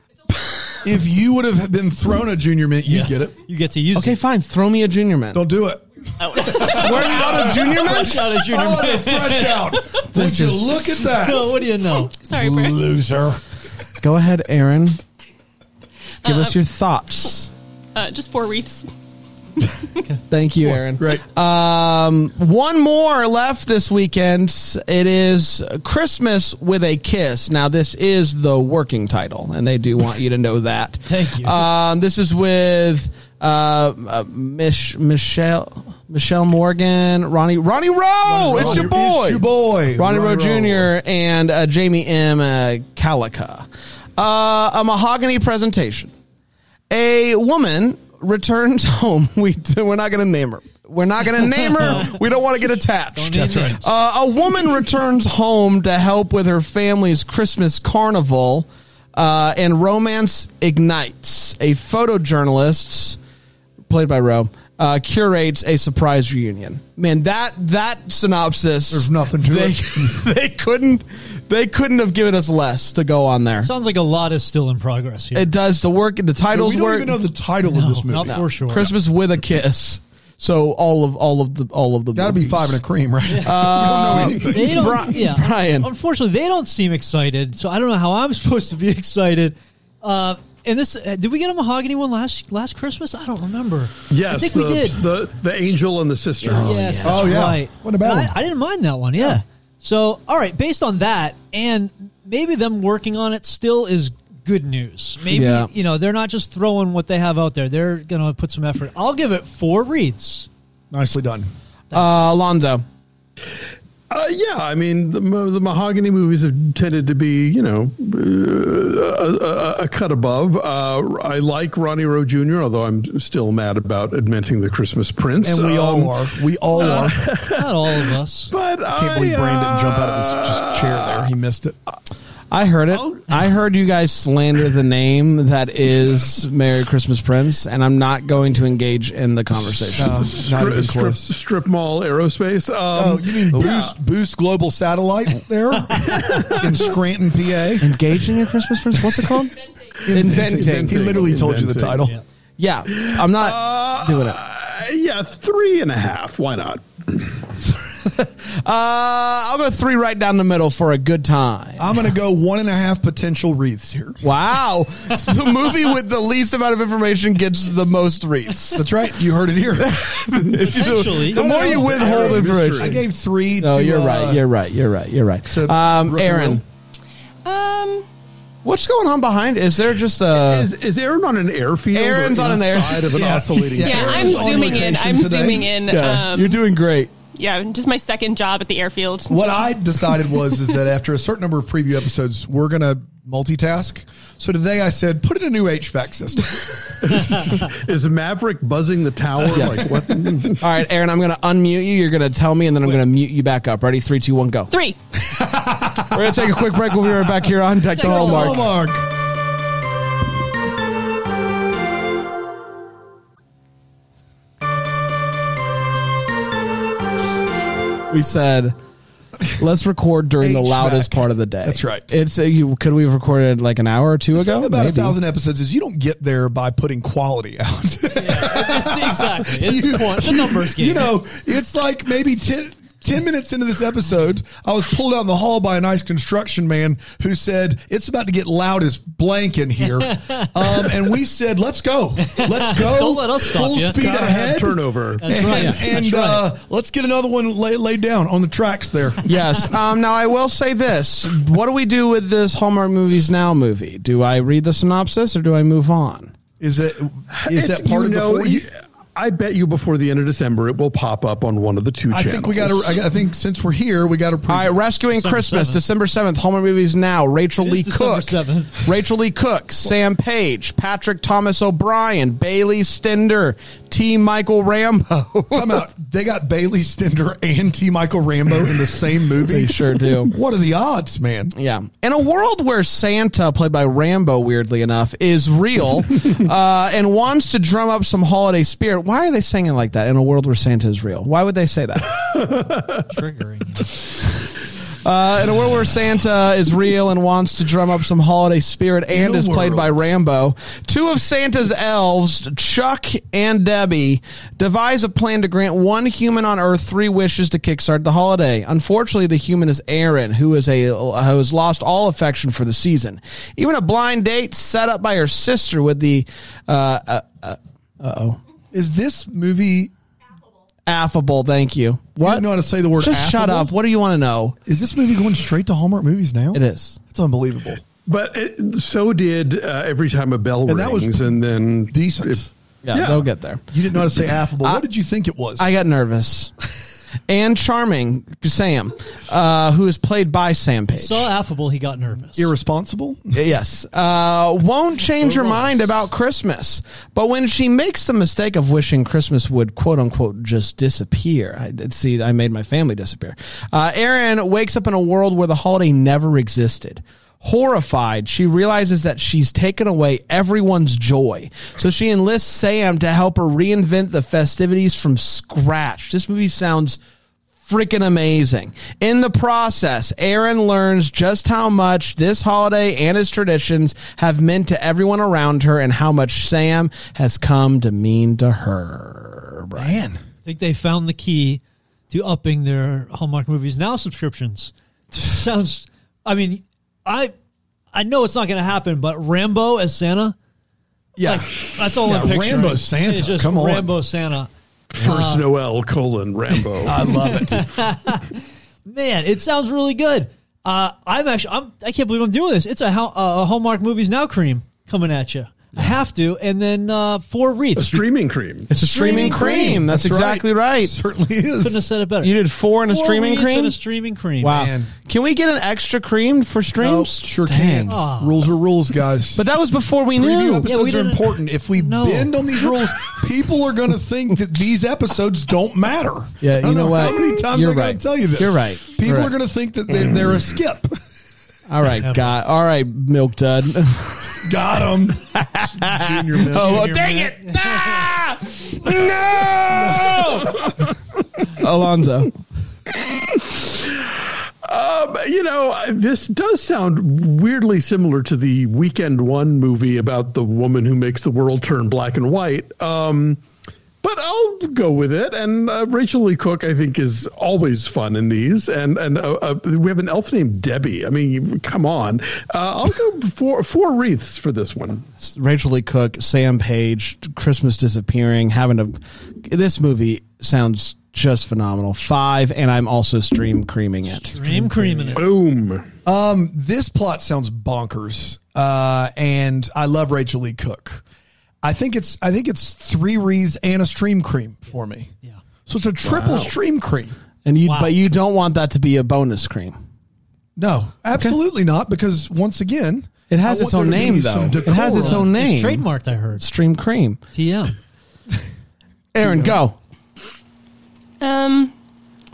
Speaker 3: if you would have been thrown a junior mint, you'd get it.
Speaker 2: you get to use
Speaker 1: Okay,
Speaker 2: it.
Speaker 1: fine. Throw me a junior mint.
Speaker 3: Don't do it.
Speaker 1: We're not a junior mint.
Speaker 2: Fresh out of Junior
Speaker 3: Oh, they're
Speaker 2: Mints.
Speaker 3: fresh out.
Speaker 1: This
Speaker 3: Would you
Speaker 1: is-
Speaker 3: look at that?
Speaker 2: No, what do you know?
Speaker 7: Oh. Sorry, Brett.
Speaker 3: Loser.
Speaker 1: Go ahead, Aaron. Give us your thoughts.
Speaker 7: Uh, just four wreaths.
Speaker 1: Thank you, Aaron.
Speaker 3: Right.
Speaker 1: Um, one more left this weekend. It is Christmas with a Kiss. Now, this is the working title, and they do want you to know that.
Speaker 2: Thank you.
Speaker 1: Um, this is with uh, uh, Mich- Michelle Michelle Morgan, Ronnie Ronnie Rowe. it's your boy,
Speaker 3: It's your boy.
Speaker 1: Ronnie, Rowe
Speaker 3: Rowe.
Speaker 1: Jr. and uh, Jamie M. Uh, Calica. Uh, a mahogany presentation a woman returns home. We we're not going to name her. We're not going to name her. We don't want to get attached.
Speaker 2: Don't need That's right. names.
Speaker 1: Uh, a woman returns home to help with her family's Christmas carnival, uh, and romance ignites. A photojournalist, played by Roe, uh, curates a surprise reunion. Man, that that synopsis.
Speaker 3: There's nothing to
Speaker 1: they,
Speaker 3: it.
Speaker 1: They couldn't. They couldn't have given us less to go on there.
Speaker 2: Sounds like a lot is still in progress here.
Speaker 1: It does the work. The titles
Speaker 3: We don't
Speaker 1: work.
Speaker 3: even know the title of this
Speaker 2: not
Speaker 3: movie.
Speaker 2: for sure.
Speaker 1: Christmas with a kiss. So all of all of the all of the
Speaker 3: Gotta be
Speaker 1: movies.
Speaker 3: five and a cream, right? Uh, we don't know anything.
Speaker 2: Uh, They don't,
Speaker 1: Bri-
Speaker 2: yeah.
Speaker 1: Brian.
Speaker 2: Unfortunately, they don't seem excited, so I don't know how I'm supposed to be excited. Uh, and this, uh, did we get a mahogany one last last Christmas? I don't remember.
Speaker 4: Yes,
Speaker 2: I think
Speaker 4: the,
Speaker 2: we did.
Speaker 4: The, the angel and the sister.
Speaker 2: yes,
Speaker 3: yeah.
Speaker 2: that's
Speaker 3: Oh, yeah.
Speaker 2: right.
Speaker 3: What about
Speaker 2: And
Speaker 3: him?
Speaker 2: I, I didn't mind that one. Yeah. So, all right, based on that, and maybe them working on it still is good news. Maybe
Speaker 1: Yeah.
Speaker 2: you know they're not just throwing what they have out there. They're gonna put some effort. I'll give it four reads.
Speaker 3: Nicely done.
Speaker 1: Uh, Alonzo.
Speaker 4: Uh, yeah, I mean the, ma- the mahogany movies have tended to be, you know, uh, a, a, a cut above. Uh, I like Ronnie Rowe Jr., although I'm still mad about admitting the Christmas Prince.
Speaker 3: And we
Speaker 4: Um,
Speaker 3: all are. We all are.
Speaker 2: Not all of us.
Speaker 4: But I
Speaker 3: Can't believe Brandon
Speaker 4: uh,
Speaker 3: jumped out of his just chair there. He missed it.
Speaker 1: I heard it.
Speaker 4: Oh.
Speaker 1: I heard you guys slander the name that is Merry Christmas Prince, and I'm not going to engage in the conversation.
Speaker 3: Uh, not even
Speaker 4: Strip,
Speaker 3: close.
Speaker 4: strip mall aerospace. Um,
Speaker 3: Oh, you mean Boost, Boost Global Satellite there in Scranton, PA?
Speaker 1: Engaging in Christmas Prince? What's it called? Inventing.
Speaker 3: He literally told you the
Speaker 4: Inventing.
Speaker 3: title.
Speaker 2: Yeah.
Speaker 1: Yeah, I'm not doing it.
Speaker 4: Uh, yeah, three and a half. Why not?
Speaker 1: Uh, I'll go three right down the middle for a good time.
Speaker 3: I'm going to go one and a half potential wreaths here.
Speaker 1: Wow, the movie with the least amount of information gets the most reads.
Speaker 3: That's right. You heard it here.
Speaker 2: Potentially.
Speaker 1: The more you withhold information,
Speaker 3: I gave three.
Speaker 1: No,
Speaker 3: to,
Speaker 1: you're
Speaker 3: uh,
Speaker 1: right. You're right. You're right. You're right.
Speaker 3: to
Speaker 1: Um,
Speaker 3: Rook and
Speaker 1: Aaron,
Speaker 3: Roll.
Speaker 7: Um,
Speaker 1: what's going on behind? Is there just uh, a?
Speaker 4: Is, is Aaron on an airfield?
Speaker 1: Aaron's
Speaker 4: or
Speaker 1: on an air-
Speaker 4: inside of an
Speaker 3: Yeah.
Speaker 4: oscillating.
Speaker 7: yeah,
Speaker 4: air?
Speaker 7: I'm
Speaker 3: on
Speaker 7: zooming in.
Speaker 3: location
Speaker 7: I'm
Speaker 3: today.
Speaker 7: zooming in. Yeah, um,
Speaker 1: uh, you're doing great.
Speaker 7: yeah, just my second job at the airfield.
Speaker 3: What I decided was is that after a certain number of preview episodes, we're gonna multitask. So today I said, put in a new HVAC system.
Speaker 4: Is Maverick buzzing the tower? Like what?
Speaker 1: All right, Aaron, I'm going to unmute you. You're going to tell me, and then I'm going to mute you back up. Ready? Three, two, one, go.
Speaker 7: Three.
Speaker 1: We're going to take a quick break. We'll be right back here on Deck the
Speaker 3: Oh,
Speaker 7: Deck the
Speaker 1: Hallmark.
Speaker 3: Hallmark.
Speaker 1: We said. Let's record during the
Speaker 3: HVAC.
Speaker 1: loudest part of the day.
Speaker 3: That's right.
Speaker 1: It's uh, you. Could we have recorded like an hour or two ago?
Speaker 3: Thing about a
Speaker 1: Maybe.
Speaker 3: thousand episodes is you don't get there by putting quality out.
Speaker 2: It's exactly. It's the point. The numbers game.
Speaker 3: you know, it's like maybe 10, 10 minutes into this episode, I was pulled out in the hall by a nice construction man who said, It's about to get loud as blank in here. Um, and we said, Let's go. Let's go.
Speaker 2: Don't let us stop
Speaker 3: Full
Speaker 2: you.
Speaker 3: speed
Speaker 4: Gotta have
Speaker 3: ahead.
Speaker 4: turnover.
Speaker 2: That's
Speaker 3: and
Speaker 2: right.
Speaker 3: and,
Speaker 2: That's right.
Speaker 3: uh, let's get another one laid, laid down on the tracks there.
Speaker 1: Yes. Um, now I will say this: What do we do with this Hallmark Movies Now movie? Do I read the synopsis or do I move on?
Speaker 3: Is it? Is
Speaker 4: It's-
Speaker 3: that part
Speaker 4: you
Speaker 3: of the
Speaker 4: know,
Speaker 3: four?
Speaker 4: you- I bet you before the end of December it will pop up on one of the two
Speaker 3: I
Speaker 4: channels.
Speaker 3: think we got to. I think since we're here, we got to.
Speaker 1: All right, Rescuing
Speaker 2: December
Speaker 1: Christmas,
Speaker 2: 7th.
Speaker 1: December seventh, Hallmark Movies Now. Rachel
Speaker 2: It is
Speaker 1: Lee
Speaker 2: December
Speaker 1: Cook,
Speaker 2: 7th.
Speaker 1: Rachel Lee Cook, Sam Page, Patrick Thomas O'Brien, Bailey Stender, T. Michael Rambo.
Speaker 3: Come out. They got Bailey Stender and T. Michael Rambo in the same movie.
Speaker 1: They sure do.
Speaker 3: What are the odds, man?
Speaker 1: Yeah. In a world where Santa, played by Rambo, weirdly enough, is real uh, and wants to drum up some holiday spirit, why are they singing like that in a world where Santa is real? Why would they say that?
Speaker 2: triggering.
Speaker 1: Uh, in a world where Santa is real and wants to drum up some holiday spirit and
Speaker 3: a
Speaker 1: is played
Speaker 3: world.
Speaker 1: by Rambo, two of Santa's elves, Chuck and Debbie, devise a plan to grant one human on Earth three wishes to kickstart the holiday. Unfortunately, the human is Aaron, who is a who has lost all affection for the season. Even a blind date set up by her sister with the uh uh, uh oh.
Speaker 3: Is this movie?
Speaker 1: Affable, thank you. What?
Speaker 3: You didn't know how to say the word
Speaker 1: Just shut
Speaker 3: affable?
Speaker 1: up. What do you want to know?
Speaker 3: Is this movie going straight to Hallmark movies now?
Speaker 1: It is.
Speaker 3: It's unbelievable.
Speaker 4: But it, so did uh, every time a bell
Speaker 3: And
Speaker 4: rings,
Speaker 3: that was
Speaker 4: and then
Speaker 3: Decent.
Speaker 4: if-
Speaker 1: Yeah,
Speaker 4: Yeah.
Speaker 1: they'll get there.
Speaker 3: you didn't know how to say affable.
Speaker 1: I-
Speaker 3: what did you think it was?
Speaker 1: I got nervous. and charming Sam, uh, who is played by Sam Page.
Speaker 2: So uh, affable, he got nervous.
Speaker 3: Irresponsible.
Speaker 1: Yes. Uh, won't change her mind about Christmas. But when she makes the mistake of wishing Christmas would, quote unquote, just disappear, I did see, I made my family disappear. Uh, Erin wakes up in a world where the holiday never existed. Horrified, she realizes that she's taken away everyone's joy. So she enlists Sam to help her reinvent the festivities from scratch. This movie sounds freaking amazing. In the process, Aaron learns just how much this holiday and its traditions have meant to everyone around her and how much Sam has come to mean to her. Man.
Speaker 2: I think they found the key to upping their Hallmark movies now subscriptions. Sounds. I mean, I I know it's not going to happen, but Rambo as Santa.
Speaker 3: Yeah.
Speaker 2: like, that's all.
Speaker 3: Yeah,
Speaker 2: I'm picturing.
Speaker 3: Rambo Santa,
Speaker 2: It's just
Speaker 3: come on.
Speaker 2: Rambo Santa.
Speaker 4: First Noel colon Rambo.
Speaker 3: I love it.
Speaker 2: Man, it sounds really good. Uh, I'm actually, I'm, I can't believe I'm doing this. It's a, Hal- uh, a Hallmark movies now cream coming at you. I have to, and then uh, four
Speaker 4: a
Speaker 2: wreaths.
Speaker 4: streaming cream.
Speaker 1: It's a streaming, cream. That's, exactly right.
Speaker 3: Certainly
Speaker 2: Couldn't have
Speaker 3: is.
Speaker 2: said it better.
Speaker 1: You did four and a
Speaker 2: Four
Speaker 1: streaming
Speaker 2: wreaths
Speaker 1: cream?
Speaker 2: And a streaming cream.
Speaker 1: wow.
Speaker 3: Man.
Speaker 1: Can we get an extra cream for
Speaker 3: No,
Speaker 1: streams?
Speaker 3: sure
Speaker 1: Dang.
Speaker 3: can. Rules are rules, guys.
Speaker 1: But that was before we
Speaker 3: Preview
Speaker 1: knew.
Speaker 3: episodes
Speaker 2: Yeah, we
Speaker 3: are
Speaker 2: didn't-
Speaker 3: important. If we
Speaker 2: No.
Speaker 3: bend on these rules, people are going to think that these episodes don't matter.
Speaker 1: Yeah,
Speaker 3: I
Speaker 1: you
Speaker 3: don't
Speaker 1: know
Speaker 3: How
Speaker 1: what?
Speaker 3: many times
Speaker 1: You're
Speaker 3: I'm going
Speaker 1: right.
Speaker 3: to tell you this?
Speaker 1: You're right.
Speaker 3: People
Speaker 1: You're
Speaker 3: are
Speaker 1: right.
Speaker 3: going to think that they're, they're a skip.
Speaker 1: All right, God. All right, Milk Dud.
Speaker 3: Got them. Junior Milk.
Speaker 1: Oh, well,
Speaker 2: Junior
Speaker 1: dang
Speaker 2: Milk.
Speaker 1: it! Ah! no! Alonzo.
Speaker 4: Uh, But, you know, I- this does sound weirdly similar to the Weekend One movie about the woman who makes the world turn black and white. Um, but I'll go with it. And uh, Rachel Lee Cook, I think, is always fun in these. And and uh, uh, we have an elf named Debbie. I mean, you- come on. Uh, I'll go four four wreaths for this one.
Speaker 1: Rachel Lee Cook, Sam Page, Christmas disappearing, having to. This movie sounds just phenomenal. Five, and I'm also stream creaming it.
Speaker 2: Stream cream in it.
Speaker 4: Boom.
Speaker 3: Um, this plot sounds bonkers, uh, and I love Rachel Lee Cook. I think it's I think it's three wreaths and a stream cream for me.
Speaker 2: Yeah.
Speaker 3: So it's a triple stream cream.
Speaker 1: And you,
Speaker 2: Wow.
Speaker 1: but you don't want that to be a bonus cream.
Speaker 3: No, absolutely not. Because once again,
Speaker 1: It has
Speaker 3: I
Speaker 1: its
Speaker 3: want
Speaker 1: own
Speaker 3: there to be
Speaker 1: name though.
Speaker 3: some
Speaker 1: It has its
Speaker 3: decorum.
Speaker 1: own name.
Speaker 2: It's trademarked, I heard.
Speaker 1: Stream cream.
Speaker 2: TM.
Speaker 1: Aaron, go.
Speaker 7: Um,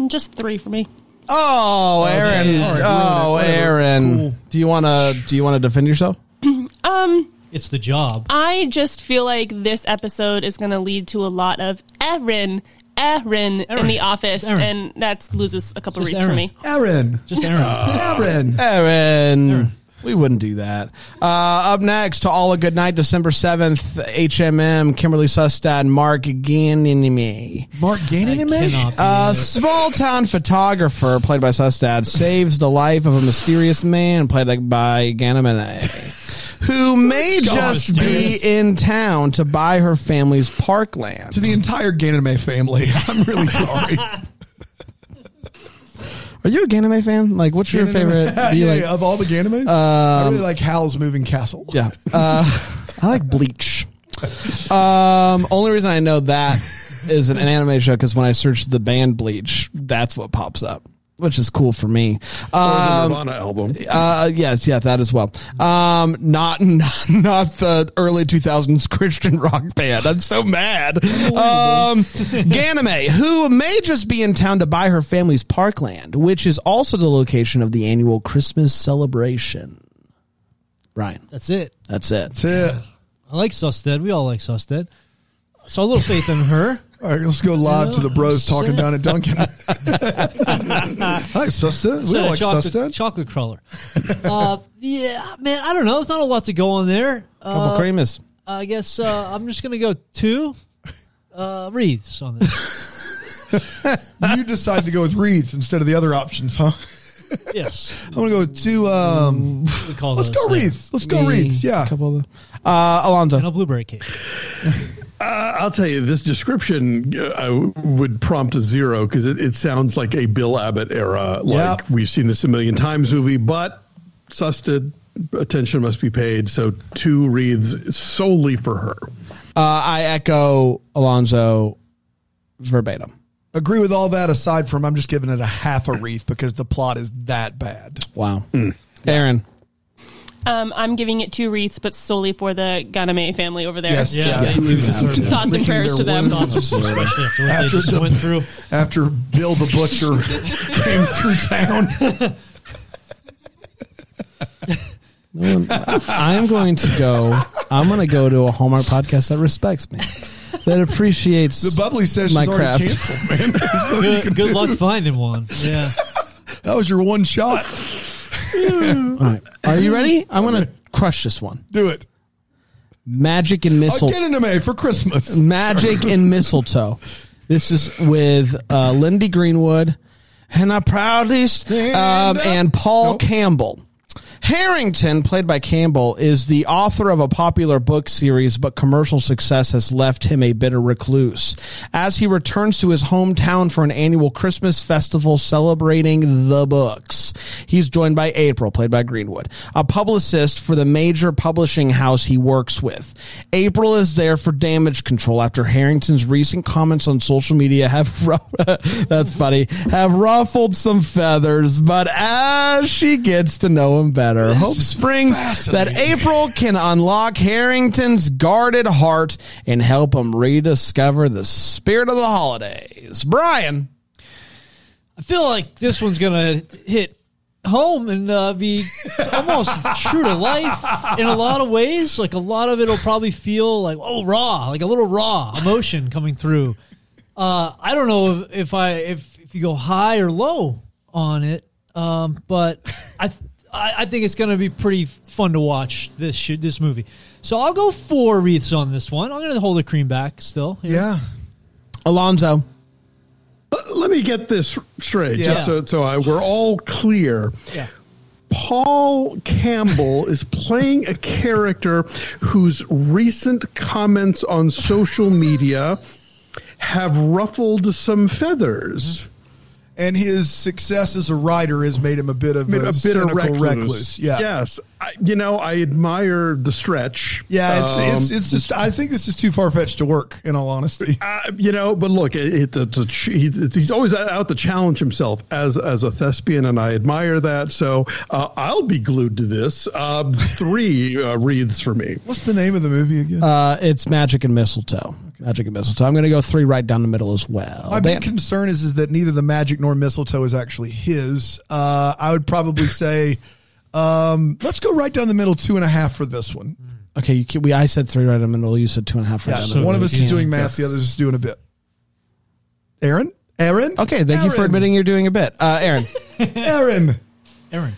Speaker 7: just three for me.
Speaker 1: Oh, Aaron.
Speaker 2: all right,
Speaker 1: oh, Aaron. Do you want to? Do you want to defend yourself?
Speaker 2: It's the job.
Speaker 7: I just feel like this episode is going to lead to a lot of Erin, Erin in
Speaker 2: Erin.
Speaker 7: the office,
Speaker 2: Erin.
Speaker 7: and that loses a couple
Speaker 2: Just
Speaker 7: reads for
Speaker 2: Erin.
Speaker 7: me.
Speaker 3: Aaron.
Speaker 2: Just Aaron.
Speaker 3: Uh. Aaron.
Speaker 1: Aaron. We wouldn't do that. Uh, up next, to all a good night, December 7th, HMM, Kimberly Sustad, Mark Ganyanime.
Speaker 3: Mark Gannon and
Speaker 2: I
Speaker 3: me.
Speaker 2: cannot be
Speaker 1: A
Speaker 2: there.
Speaker 1: Uh, small town photographer, played by Sustad, saves the life of a mysterious man, played by Ganymede, who may just be
Speaker 2: mysterious.
Speaker 1: in town to buy her family's parkland.
Speaker 3: To the entire Gannon May family, I'm really sorry.
Speaker 1: Are you a Ganymede fan? Like, what's your favorite?
Speaker 3: yeah,
Speaker 1: do you
Speaker 3: yeah,
Speaker 1: like- um,
Speaker 3: yeah, of all the Gannon I really like Hal's Moving Castle.
Speaker 1: Yeah. Uh, I like Bleach. Um, only reason I know that is an, an anime show because when I searched the band Bleach, that's what pops up, which is cool for me.
Speaker 4: Or
Speaker 1: Uh,
Speaker 4: the Nirvana album.
Speaker 1: uh, yes, yeah, that as well. Um, not, not not the early 2000s Christian rock band. I'm so mad. Um, Ganame, who may just be in town to buy her family's parkland, which is also the location of the annual Christmas celebration. Ryan,
Speaker 2: That's it.
Speaker 1: that's it.
Speaker 3: That's it.
Speaker 2: I like Susted. We all like Susted. So a little faith in her.
Speaker 3: All right, let's go live to the bros talking down at Duncan. Hi, Sustan. We
Speaker 2: Said a
Speaker 3: like
Speaker 2: chocolate,
Speaker 3: Sustan.
Speaker 2: chocolate crawler. uh, yeah, man, I don't know. There's not a lot to go on there.
Speaker 1: Couple
Speaker 2: Uh,
Speaker 1: creamers.
Speaker 2: I guess uh, I'm just gonna go two uh, wreaths on this.
Speaker 3: you decide to go with wreaths instead of the other options, huh?
Speaker 2: yes,
Speaker 3: I'm gonna go with two. Um,
Speaker 2: we call uh,
Speaker 3: let's
Speaker 2: those
Speaker 3: go
Speaker 2: things.
Speaker 3: wreaths. Let's go wreaths. Yeah.
Speaker 1: Couple of the, uh, Alonzo.
Speaker 2: and a blueberry cake.
Speaker 4: Uh, I'll tell you, this description uh, I w- would prompt a zero because it, it sounds like a Bill Abbott era. Like
Speaker 3: Yep.
Speaker 4: we've seen this a million times movie, but susted attention must be paid. So two reads solely for her.
Speaker 1: Uh, I echo Alonzo verbatim.
Speaker 3: Agree with all that aside from I'm just giving it a half a wreath because the plot is that bad.
Speaker 1: Wow. Aaron.
Speaker 7: Um, I'm giving it two wreaths, but solely for the Ganame family over there.
Speaker 3: Yes,
Speaker 2: Yeah.
Speaker 3: yes.
Speaker 2: Yeah.
Speaker 3: Who is
Speaker 2: Thoughts and
Speaker 3: licking
Speaker 7: prayers
Speaker 3: their
Speaker 7: to them.
Speaker 3: wounds,
Speaker 2: Especially after what they
Speaker 3: After
Speaker 2: just
Speaker 3: the-
Speaker 2: went through.
Speaker 3: After Bill the Butcher came through town.
Speaker 1: Um, I'm going to go. I'm going to go to a Hallmark podcast that respects me, that appreciates
Speaker 3: The bubbly session's
Speaker 1: my
Speaker 3: already
Speaker 1: craft.
Speaker 3: canceled, man. There's nothing you can
Speaker 2: Good, good
Speaker 3: do.
Speaker 2: luck finding one. Yeah.
Speaker 3: That was your one shot.
Speaker 1: All right. Are you ready? I'm going to crush this one.
Speaker 3: Do it.
Speaker 1: Magic and
Speaker 3: I'll
Speaker 1: missile.
Speaker 3: get an MA for Christmas.
Speaker 1: Magic and mistletoe. This is with uh, Lindy Greenwood, and I proudly st-
Speaker 3: Stand
Speaker 1: um,
Speaker 3: up.
Speaker 1: and Paul
Speaker 3: Nope.
Speaker 1: Campbell. Harrington, played by Campbell, is the author of a popular book series, but commercial success has left him a bitter recluse. As he returns to his hometown for an annual Christmas festival celebrating the books, he's joined by April, played by Greenwood, a publicist for the major publishing house he works with. April is there for damage control after Harrington's recent comments on social media have ru- that's funny have ruffled some feathers, but as she gets to know him better, hope springs that April can unlock Harrington's guarded heart and help him rediscover the spirit of the holidays. Brian,
Speaker 2: I feel like this one's gonna hit home and uh, be almost true to life in a lot of ways. Like a lot of it'll probably feel like oh raw, like a little raw emotion coming through. Uh, I don't know if, if I if if you go high or low on it, um, but I. I I think it's going to be pretty fun to watch this shoot this movie, so I'll go four wreaths on this one. I'm going to hold the cream back still. here.
Speaker 3: Yeah.
Speaker 1: Alonzo,
Speaker 4: L- Let me get this straight.
Speaker 2: Yeah.
Speaker 4: So, so I, we're all clear.
Speaker 2: yeah.
Speaker 4: Paul Campbell is playing a character whose recent comments on social media have ruffled some feathers.
Speaker 3: And his success as a writer has made him a bit of
Speaker 4: Made
Speaker 3: a,
Speaker 4: a bitter
Speaker 3: cynical
Speaker 4: recluse.
Speaker 3: recluse. Yeah.
Speaker 4: Yes. I, you know, I admire the stretch.
Speaker 3: Yeah, it's, it's
Speaker 4: Um,
Speaker 3: it's just. I think this is too far fetched to work. In all honesty,
Speaker 4: uh, you know, but look, it, it, it's a ch- he- it's, he's always out to challenge himself as as a thespian, and I admire that. So uh, I'll be glued to this. Uh, three uh, wreaths for me.
Speaker 3: what's the name of the movie again?
Speaker 1: uh, it's Magic and Mistletoe. Magic and Mistletoe. I'm going to go three right down the middle as well.
Speaker 3: My
Speaker 1: Dan-
Speaker 3: big concern is is that neither the magic nor mistletoe is actually his. Uh, I would probably say, um, let's go right down the middle, two and a half for this one.
Speaker 1: okay, you, can- we I said three right down the middle. You said two and a half right
Speaker 3: Yeah,
Speaker 1: down the middle.
Speaker 3: one of us is
Speaker 1: Yeah.
Speaker 3: doing math, the other is doing a bit. Aaron, Aaron,
Speaker 1: Okay, thank you for
Speaker 3: Aaron!
Speaker 1: admitting you're doing a bit, uh, Aaron.
Speaker 3: Aaron.
Speaker 2: Aaron.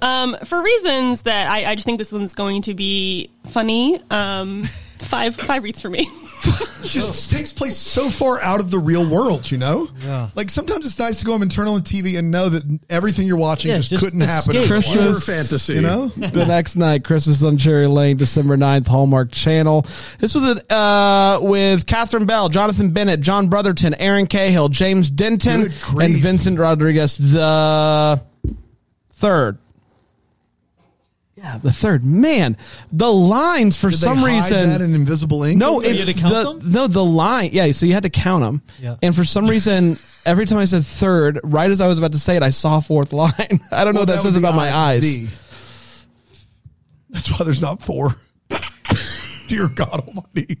Speaker 7: Um, for reasons that I, I just think this one's going to be funny. Um, five five wreaths for me.
Speaker 3: It just takes place so far out of the real world, you know.
Speaker 2: Yeah.
Speaker 3: Like sometimes it's nice to go home and turn on the TV and know that everything you're watching
Speaker 2: Yeah,
Speaker 3: just,
Speaker 2: just
Speaker 3: couldn't happen.
Speaker 2: escape.
Speaker 1: Christmas.
Speaker 4: Pure fantasy.
Speaker 3: You know,
Speaker 1: the next night, Christmas on Cherry Lane, December 9th, Hallmark Channel. This was it, uh, with Catherine Bell, Jonathan Bennett, John Brotherton, Aaron Cahill, James Denton,
Speaker 3: Good grief.
Speaker 1: and Vincent Rodriguez the third. Yeah, the third. Man, the lines for
Speaker 3: Did they
Speaker 1: some
Speaker 3: hide
Speaker 1: reason.
Speaker 3: that in invisible ink.
Speaker 1: No,
Speaker 2: Oh, you had
Speaker 1: if
Speaker 2: to count
Speaker 1: the,
Speaker 2: them?
Speaker 1: no the line. Yeah, so you had to count them.
Speaker 2: Yeah.
Speaker 1: And for some reason, every time I said third, right as I was about to say it, I saw a fourth line. I don't know what that, says about my eyes.
Speaker 3: That's why there's not four. Dear God Almighty.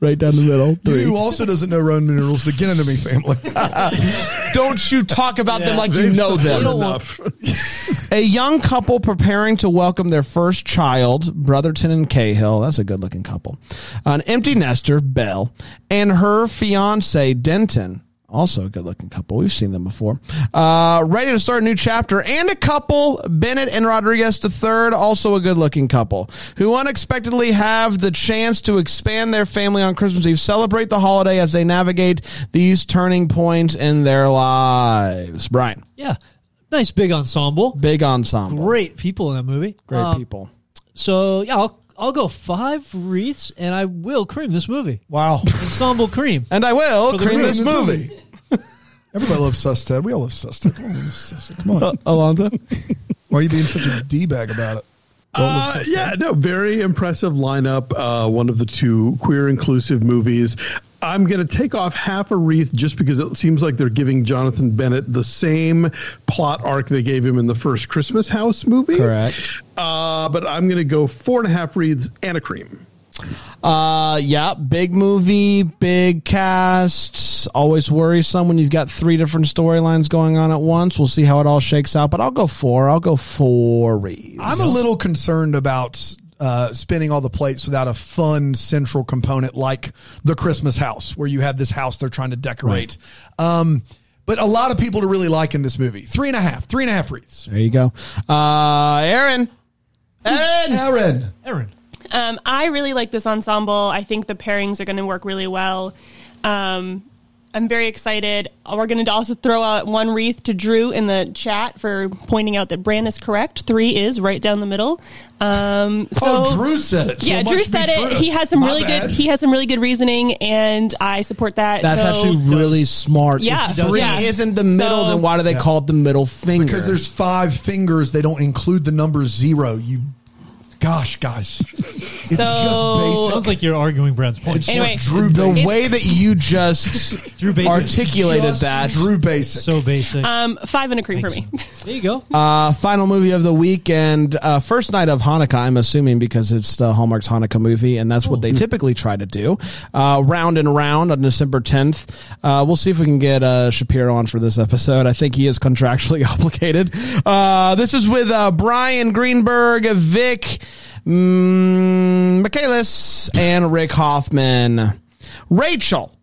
Speaker 1: Right down the middle.
Speaker 3: You
Speaker 1: Three.
Speaker 3: who also doesn't know Rowan Minerals, the Ganonami family.
Speaker 1: Don't you talk about them
Speaker 2: Yeah.
Speaker 1: like you know
Speaker 2: You
Speaker 1: them.
Speaker 2: don't want-
Speaker 4: Enough.
Speaker 1: A young couple preparing to welcome their first child, Brotherton and Cahill. That's a good looking couple. An empty nester, Belle, and her fiance, Denton. Also a good looking couple. We've seen them before. Uh, ready to start a new chapter. And a couple, Bennett and Rodriguez III, also a good looking couple, who unexpectedly have the chance to expand their family on Christmas Eve, celebrate the holiday as they navigate these turning points in their lives. Brian,
Speaker 2: Yeah. Nice big ensemble.
Speaker 1: big ensemble.
Speaker 2: Great people in that movie.
Speaker 1: Great
Speaker 2: Um,
Speaker 1: people.
Speaker 2: So yeah, I'll, I'll go five wreaths, and I will cream this movie.
Speaker 3: Wow.
Speaker 2: Ensemble cream.
Speaker 1: And I will
Speaker 2: the
Speaker 1: cream
Speaker 2: reason
Speaker 1: this movie.
Speaker 3: Everybody loves Sustad. We all love Sustad. Come on, Sustad. Come on.
Speaker 1: Alonzo?
Speaker 3: Why are you being such a d bag about it? We all love
Speaker 4: Uh,
Speaker 3: Sustad.
Speaker 4: yeah, no, very impressive lineup. Uh, one of the two queer inclusive movies. I'm going to take off half a wreath just because it seems like they're giving Jonathan Bennett the same plot arc they gave him in the first Christmas House movie.
Speaker 1: Correct.
Speaker 4: Uh, but I'm going to go four and a half wreaths and a cream.
Speaker 1: Uh, yeah, big movie, big cast. Always worrisome when you've got three different storylines going on at once. We'll see how it all shakes out, but I'll go four. I'll go four. Reeves.
Speaker 3: I'm a little concerned about uh, spinning all the plates without a fun central component like the Christmas house, where you have this house they're trying to decorate. Um, but a lot of people to really like in this movie. Three and a half, three and a half wreaths.
Speaker 1: There you go. Uh, Aaron. Aaron.
Speaker 3: Aaron,
Speaker 2: Aaron.
Speaker 7: Um, I really like this ensemble. I think the pairings are going to work really well. Um, I'm very excited. We're going to also throw out one wreath to Drew in the chat for pointing out that Bran is correct. Three is right down the middle. Um, so
Speaker 3: oh, Drew said it. So
Speaker 7: yeah,
Speaker 3: much
Speaker 7: Drew
Speaker 3: be
Speaker 7: said it.
Speaker 3: true.
Speaker 7: He had some
Speaker 3: My
Speaker 7: really
Speaker 3: bad.
Speaker 7: good. He had some really good reasoning, and I support that.
Speaker 1: That's
Speaker 7: So-
Speaker 1: actually really smart.
Speaker 7: Yeah,
Speaker 1: If three
Speaker 7: yeah.
Speaker 1: isn't the middle,
Speaker 7: So-
Speaker 1: then why do they call it the middle finger?
Speaker 3: because there's five fingers. They don't include the number zero. You, gosh, guys, it's
Speaker 7: So-
Speaker 3: just
Speaker 2: Sounds
Speaker 3: basic.
Speaker 2: like you're arguing Brad's point.
Speaker 3: It's
Speaker 7: Anyway,
Speaker 3: just Drew
Speaker 1: the
Speaker 3: basic.
Speaker 1: way that you just
Speaker 2: Drew Basin.
Speaker 1: articulated
Speaker 3: Just
Speaker 1: that.
Speaker 3: Drew basic.
Speaker 2: So basic.
Speaker 7: um, five and a cream for me.
Speaker 2: there you go.
Speaker 1: Uh, final movie of the week and uh, first night of Hanukkah, I'm assuming, because it's the Hallmark's Hanukkah movie, and that's what they typically try to do. Uh, round and round on December 10th. Uh, we'll see if we can get uh, Shapiro on for this episode. I think he is contractually obligated. Uh, this is with uh, Brian Greenberg, Vic mm, Michaelis, and Rick Hoffman. Rachel,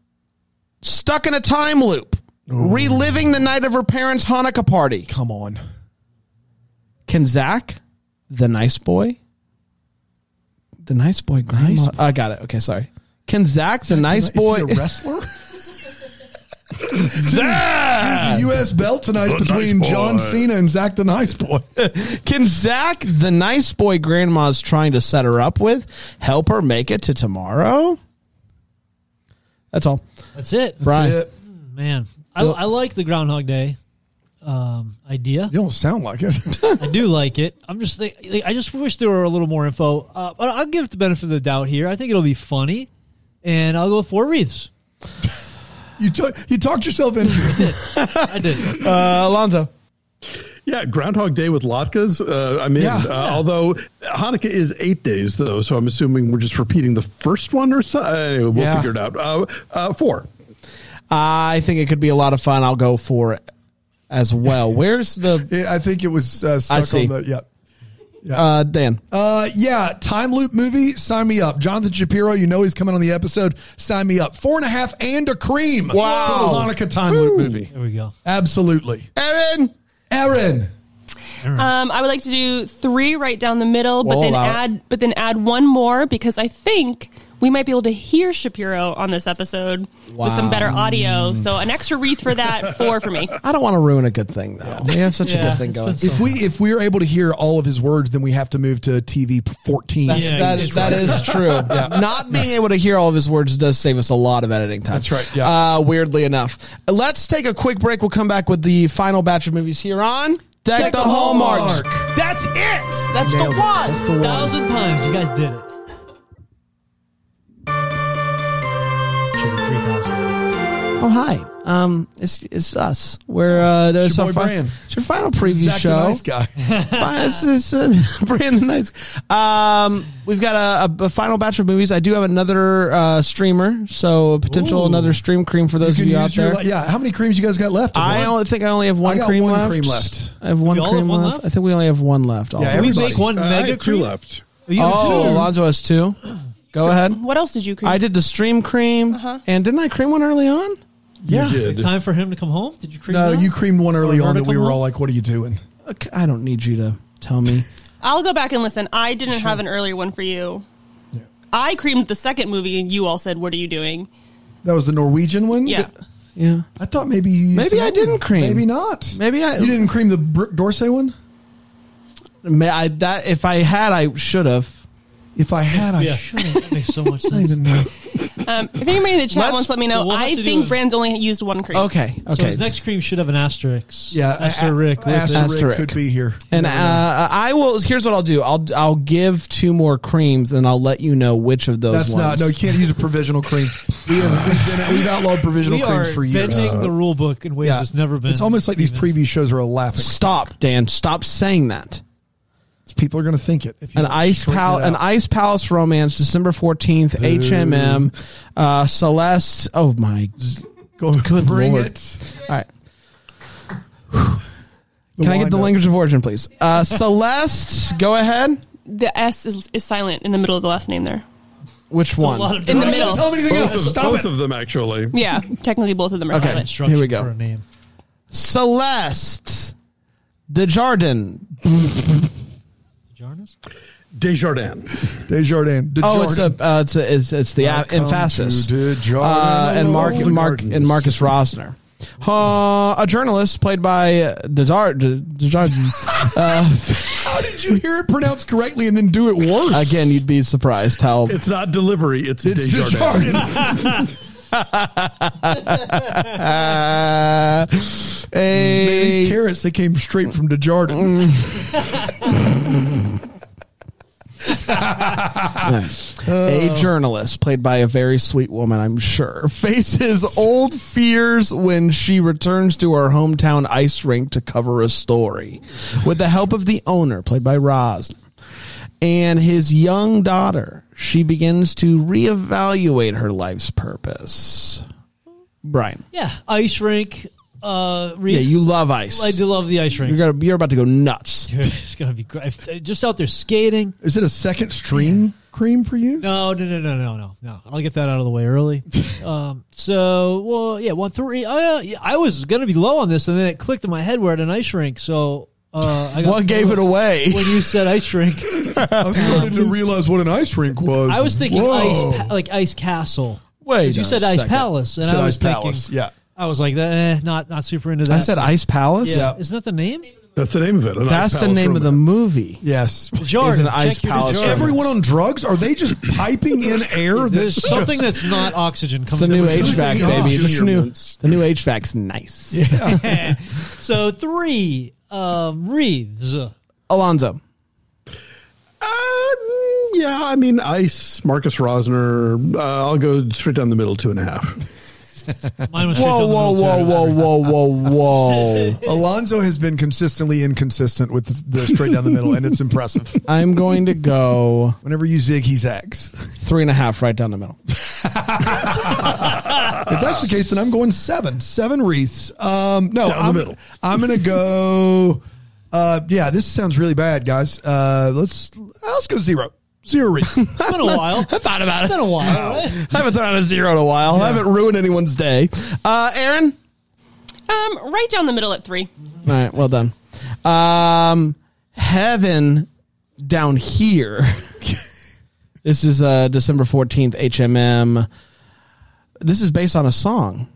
Speaker 1: stuck in a time loop. Reliving the night of her parents' Hanukkah party.
Speaker 3: Come on.
Speaker 1: Can Zach, the nice boy, the nice boy grandma? I got it. Okay, sorry. Can Zach, the nice
Speaker 3: Is he
Speaker 1: boy,
Speaker 3: a wrestler? Zach! The U.S. belt tonight between John Cena and Zach the Nice Boy.
Speaker 1: can Zach, the nice boy grandma's trying to set her up with, help her make it to tomorrow? That's all,
Speaker 2: That's it.
Speaker 1: Brian.
Speaker 3: It-
Speaker 2: Man, I, I like the Groundhog Day um, idea.
Speaker 3: You don't sound like it.
Speaker 2: I do like it. I'm just think, like, I just wish there were a little more info. Uh, but I'll give it the benefit of the doubt here. I think it'll be funny, and I'll go with four wreaths.
Speaker 3: you, took you talked yourself into it.
Speaker 2: I did.
Speaker 1: Uh, Alonzo.
Speaker 4: Yeah, Groundhog Day with latkes. Uh, I'm in.
Speaker 3: Yeah.
Speaker 4: uh, Although Hanukkah is eight days though, so I'm assuming we're just repeating the first one or so. uh, Anyway, we'll
Speaker 3: Yeah.
Speaker 4: figure it out. Uh, uh, four.
Speaker 1: I think it could be a lot of fun. I'll go for it as well. Where's the
Speaker 3: It- I think it was uh,
Speaker 1: I
Speaker 3: stuck
Speaker 1: see.
Speaker 3: on the. Yeah.
Speaker 1: uh, Dan?
Speaker 3: Uh, yeah, time loop movie. Sign me up, Jonathan Shapiro. You know he's coming on the episode. Sign me up. Four and a half and a cream.
Speaker 1: Wow.
Speaker 3: for the Hanukkah time loop movie.
Speaker 2: There we go.
Speaker 3: Absolutely,
Speaker 1: Aaron.
Speaker 3: Aaron.
Speaker 7: Um, I would like to do three right down the middle, but
Speaker 1: We'll
Speaker 7: then
Speaker 1: allow it.
Speaker 7: add but then add one more because I think we might be able to hear Shapiro on this episode with some better audio. So an extra wreath for that, four for me.
Speaker 1: I don't want to ruin a good thing though. We have such a
Speaker 2: Yeah,
Speaker 1: good thing
Speaker 2: it's
Speaker 1: going.
Speaker 2: been so-
Speaker 3: If we if we are able to hear all of his words, then we have to move to TV fourteen.
Speaker 2: Yeah,
Speaker 1: that
Speaker 2: you
Speaker 1: is
Speaker 2: did
Speaker 1: that is true. Not being able to hear all of his words does save us a lot of editing time.
Speaker 3: That's right, yeah.
Speaker 1: Uh, weirdly enough, let's take a quick break. We'll come back with the final batch of movies here on Deck, the, Hallmarks. That's it. That's the
Speaker 3: Nailed
Speaker 1: one.
Speaker 3: it.
Speaker 1: That's the one.
Speaker 2: thousand times you guys did it. Should be 3,000.
Speaker 1: Oh hi. Um, it's it's us. We're uh, it's,
Speaker 3: your
Speaker 1: our
Speaker 3: boy
Speaker 1: fi-
Speaker 3: Bran.
Speaker 1: it's your final preview
Speaker 3: Zach the
Speaker 1: show.
Speaker 3: nice guy.
Speaker 1: Fine, it's, it's, uh, Brandon Knights. Um, we've got a, a, a final batch of movies. I do have another uh, streamer, so a potential
Speaker 2: Ooh.
Speaker 1: another stream cream for those
Speaker 3: You
Speaker 1: of
Speaker 3: can
Speaker 1: you out
Speaker 3: use your
Speaker 1: there.
Speaker 3: li- yeah. How many creams you guys got left?
Speaker 1: I
Speaker 3: One.
Speaker 1: only think I only have one
Speaker 3: got
Speaker 1: cream
Speaker 3: one
Speaker 1: left.
Speaker 3: cream left.
Speaker 1: I have one
Speaker 2: We all have
Speaker 1: cream
Speaker 2: one
Speaker 1: left.
Speaker 2: left?
Speaker 1: I think we only have one left. All
Speaker 3: Yeah,
Speaker 1: of us.
Speaker 2: We
Speaker 3: Everybody.
Speaker 2: make one
Speaker 4: Uh, I
Speaker 2: mega
Speaker 4: have two
Speaker 2: cream?
Speaker 4: left.
Speaker 2: Are you
Speaker 1: Oh,
Speaker 2: two?
Speaker 1: Alonzo has two. Go ahead.
Speaker 7: What else did you create?
Speaker 1: I did the stream cream,
Speaker 3: Uh-huh.
Speaker 1: and didn't I cream one early on?
Speaker 4: You
Speaker 3: Yeah.
Speaker 4: did.
Speaker 2: Time for him to come home? Did you cream
Speaker 3: No,
Speaker 2: that?
Speaker 3: you creamed one early
Speaker 2: Or
Speaker 3: on that
Speaker 2: vertical
Speaker 3: we were
Speaker 2: one?
Speaker 3: all like, "What are you doing?"
Speaker 1: Okay, I don't need you to tell me.
Speaker 7: I'll go back and listen. I didn't have an earlier one for you. I creamed the second movie and you all said, What are you doing?
Speaker 3: That was the Norwegian
Speaker 1: Mm,
Speaker 3: one.
Speaker 7: Yeah.
Speaker 1: Yeah.
Speaker 3: I thought maybe you used
Speaker 1: Maybe
Speaker 3: that
Speaker 1: I didn't
Speaker 3: one.
Speaker 1: cream.
Speaker 3: Maybe not.
Speaker 1: Maybe I-
Speaker 3: You didn't cream the Br- Dorsey one.
Speaker 1: May I, that if I had, I should have.
Speaker 3: If I had, I
Speaker 2: Yeah,
Speaker 3: should.
Speaker 2: that makes so much
Speaker 3: I
Speaker 2: sense.
Speaker 3: didn't know.
Speaker 7: Um, if anybody in the chat
Speaker 1: Let's-
Speaker 7: wants to let me
Speaker 2: so
Speaker 7: know,
Speaker 2: we'll have
Speaker 7: I
Speaker 2: to do
Speaker 7: think
Speaker 2: a-
Speaker 7: Brand's only used one cream.
Speaker 1: Okay.
Speaker 2: So
Speaker 1: Okay.
Speaker 2: his next cream should have an asterisk.
Speaker 3: Yeah,
Speaker 2: asterisk.
Speaker 3: a- a-
Speaker 2: with it.
Speaker 3: asterisk,
Speaker 1: Asterisk.
Speaker 3: could be here.
Speaker 1: And uh, I will. Here's what I'll do. I'll I'll give two more creams, and I'll let you know which of those
Speaker 3: That's
Speaker 1: ones.
Speaker 3: not. No, you can't use a provisional cream. We have, we've, been, we've outlawed provisional
Speaker 2: we are
Speaker 3: creams for years.
Speaker 2: bending
Speaker 1: Uh,
Speaker 2: the rule book in ways that's never been.
Speaker 3: It's almost like these preview shows are a laughing.
Speaker 1: Stop, Dan. Stop saying that.
Speaker 3: People are going to think it. If you
Speaker 1: An
Speaker 3: don't
Speaker 1: ice
Speaker 3: straighten
Speaker 1: pal,
Speaker 3: it
Speaker 1: an
Speaker 3: out.
Speaker 1: ice palace romance, December fourteenth, HMM, uh, Celeste. Oh my,
Speaker 3: Go,
Speaker 1: good
Speaker 3: bring
Speaker 1: lord!
Speaker 3: it.
Speaker 1: All right, can I get the
Speaker 3: wind-up.
Speaker 1: language of origin, please? Uh, Celeste, go ahead.
Speaker 7: The S is, is silent in the middle of the last name there.
Speaker 1: Which
Speaker 2: a
Speaker 1: one?
Speaker 2: lot of
Speaker 7: In the
Speaker 2: direction.
Speaker 7: middle.
Speaker 3: Tell me anything
Speaker 4: Both,
Speaker 3: else.
Speaker 4: of,
Speaker 3: Stop
Speaker 4: both
Speaker 3: it.
Speaker 4: of them, actually.
Speaker 7: Yeah, technically both of them are
Speaker 1: Okay.
Speaker 7: silent.
Speaker 2: Instruction
Speaker 1: Here we go.
Speaker 2: For a name.
Speaker 1: Celeste, Desjardins.
Speaker 2: Jarnas?
Speaker 4: Desjardins.
Speaker 3: Desjardins.
Speaker 1: Oh, it's a, uh, it's a, it's, it's the uh,
Speaker 3: Welcome
Speaker 1: emphasis.
Speaker 3: to Desjardins.
Speaker 1: Uh, and Mark,
Speaker 4: Oh, the
Speaker 1: Mark,
Speaker 4: gardens.
Speaker 1: and Marcus Rosner. Uh, a journalist played by uh, Desar- De- Desjardins.
Speaker 3: How did you hear it pronounced correctly and then do it worse?
Speaker 1: Again, you'd be surprised how.
Speaker 4: It's not delivery. It's,
Speaker 3: It's
Speaker 4: Desjardins.
Speaker 3: Desjardins.
Speaker 1: Uh,
Speaker 3: These
Speaker 1: a,
Speaker 3: carrots that came straight from
Speaker 1: Mm.
Speaker 3: Desjardins.
Speaker 1: a journalist played by a very sweet woman, I'm sure, faces old fears when she returns to her hometown ice rink to cover a story. With the help of the owner, played by Rosner, and his young daughter, she begins to reevaluate her life's purpose. Brian,
Speaker 2: Yeah, ice rink. Uh, reef.
Speaker 1: yeah, you love ice.
Speaker 2: I do love the ice
Speaker 1: You're
Speaker 2: rink.
Speaker 1: gonna, you're about to go nuts.
Speaker 2: It's gonna be great. If- uh, Just out there skating.
Speaker 3: Is it a second stream cream for you?
Speaker 2: No, no, no, no, no, no, no. I'll get that out of the way early. um, so, well, yeah, one three. Uh, yeah, I was gonna be low on this, and then it clicked in my head. We're at an ice rink, so uh, I got
Speaker 1: What gave it away?
Speaker 2: when you said ice rink.
Speaker 3: I was starting to realize what an ice rink was.
Speaker 2: I was thinking
Speaker 3: Whoa.
Speaker 2: ice, pa- like ice castle.
Speaker 1: Wait
Speaker 2: 'Cause you
Speaker 1: a
Speaker 2: said ice
Speaker 1: second.
Speaker 2: palace, and
Speaker 3: Said
Speaker 2: I was
Speaker 3: Ice
Speaker 2: thinking,
Speaker 3: Palace, yeah.
Speaker 2: I was like, eh, not not super into that.
Speaker 1: I said Ice Palace.
Speaker 2: Yeah. Isn't that the name?
Speaker 4: That's the name of it. an
Speaker 1: That's
Speaker 4: ice
Speaker 1: the
Speaker 4: palace
Speaker 1: name of the
Speaker 4: romance.
Speaker 1: movie.
Speaker 3: Yes.
Speaker 2: Jordan,
Speaker 1: an ice
Speaker 2: check your
Speaker 1: palace
Speaker 2: Jordan.
Speaker 1: room.
Speaker 3: Everyone on drugs? Are they just piping in air?
Speaker 2: There's
Speaker 3: That's
Speaker 2: something
Speaker 3: just-
Speaker 2: that's not oxygen
Speaker 1: It's a
Speaker 2: coming.
Speaker 1: new
Speaker 2: from-
Speaker 1: HVAC,
Speaker 3: Yeah.
Speaker 1: baby. This
Speaker 4: Junior
Speaker 1: new,
Speaker 4: ones.
Speaker 1: the new HVAC's nice.
Speaker 2: So three um, wreaths.
Speaker 1: Alonzo,
Speaker 4: Uh, mm, yeah, I mean, Ice, Marcus Rosner. Uh, I'll go straight down the middle, two and a half.
Speaker 2: Mine was
Speaker 1: Whoa, whoa, whoa, whoa, whoa, whoa, whoa.
Speaker 3: Alonzo has been consistently inconsistent with the, the straight down the middle, and it's impressive.
Speaker 1: I'm going to go
Speaker 3: Whenever you zig, he zags.
Speaker 1: three and a half right down the middle.
Speaker 3: If that's the case, then I'm going seven, seven wreaths. Um, no,
Speaker 4: Down the
Speaker 3: I'm,
Speaker 4: middle.
Speaker 3: I'm gonna go. Uh, yeah, this sounds really bad, guys. Uh, let's let's go zero, zero wreaths.
Speaker 2: It's been a while.
Speaker 1: I thought about
Speaker 2: It's
Speaker 1: it.
Speaker 2: been a while. right?
Speaker 1: I haven't thrown out a zero in a while. I haven't ruined anyone's day. Uh, Aaron?
Speaker 7: Um, right down the middle at three.
Speaker 1: All right, well done. Um, heaven down here. this is uh, December 14th, HMM. This is based on a song.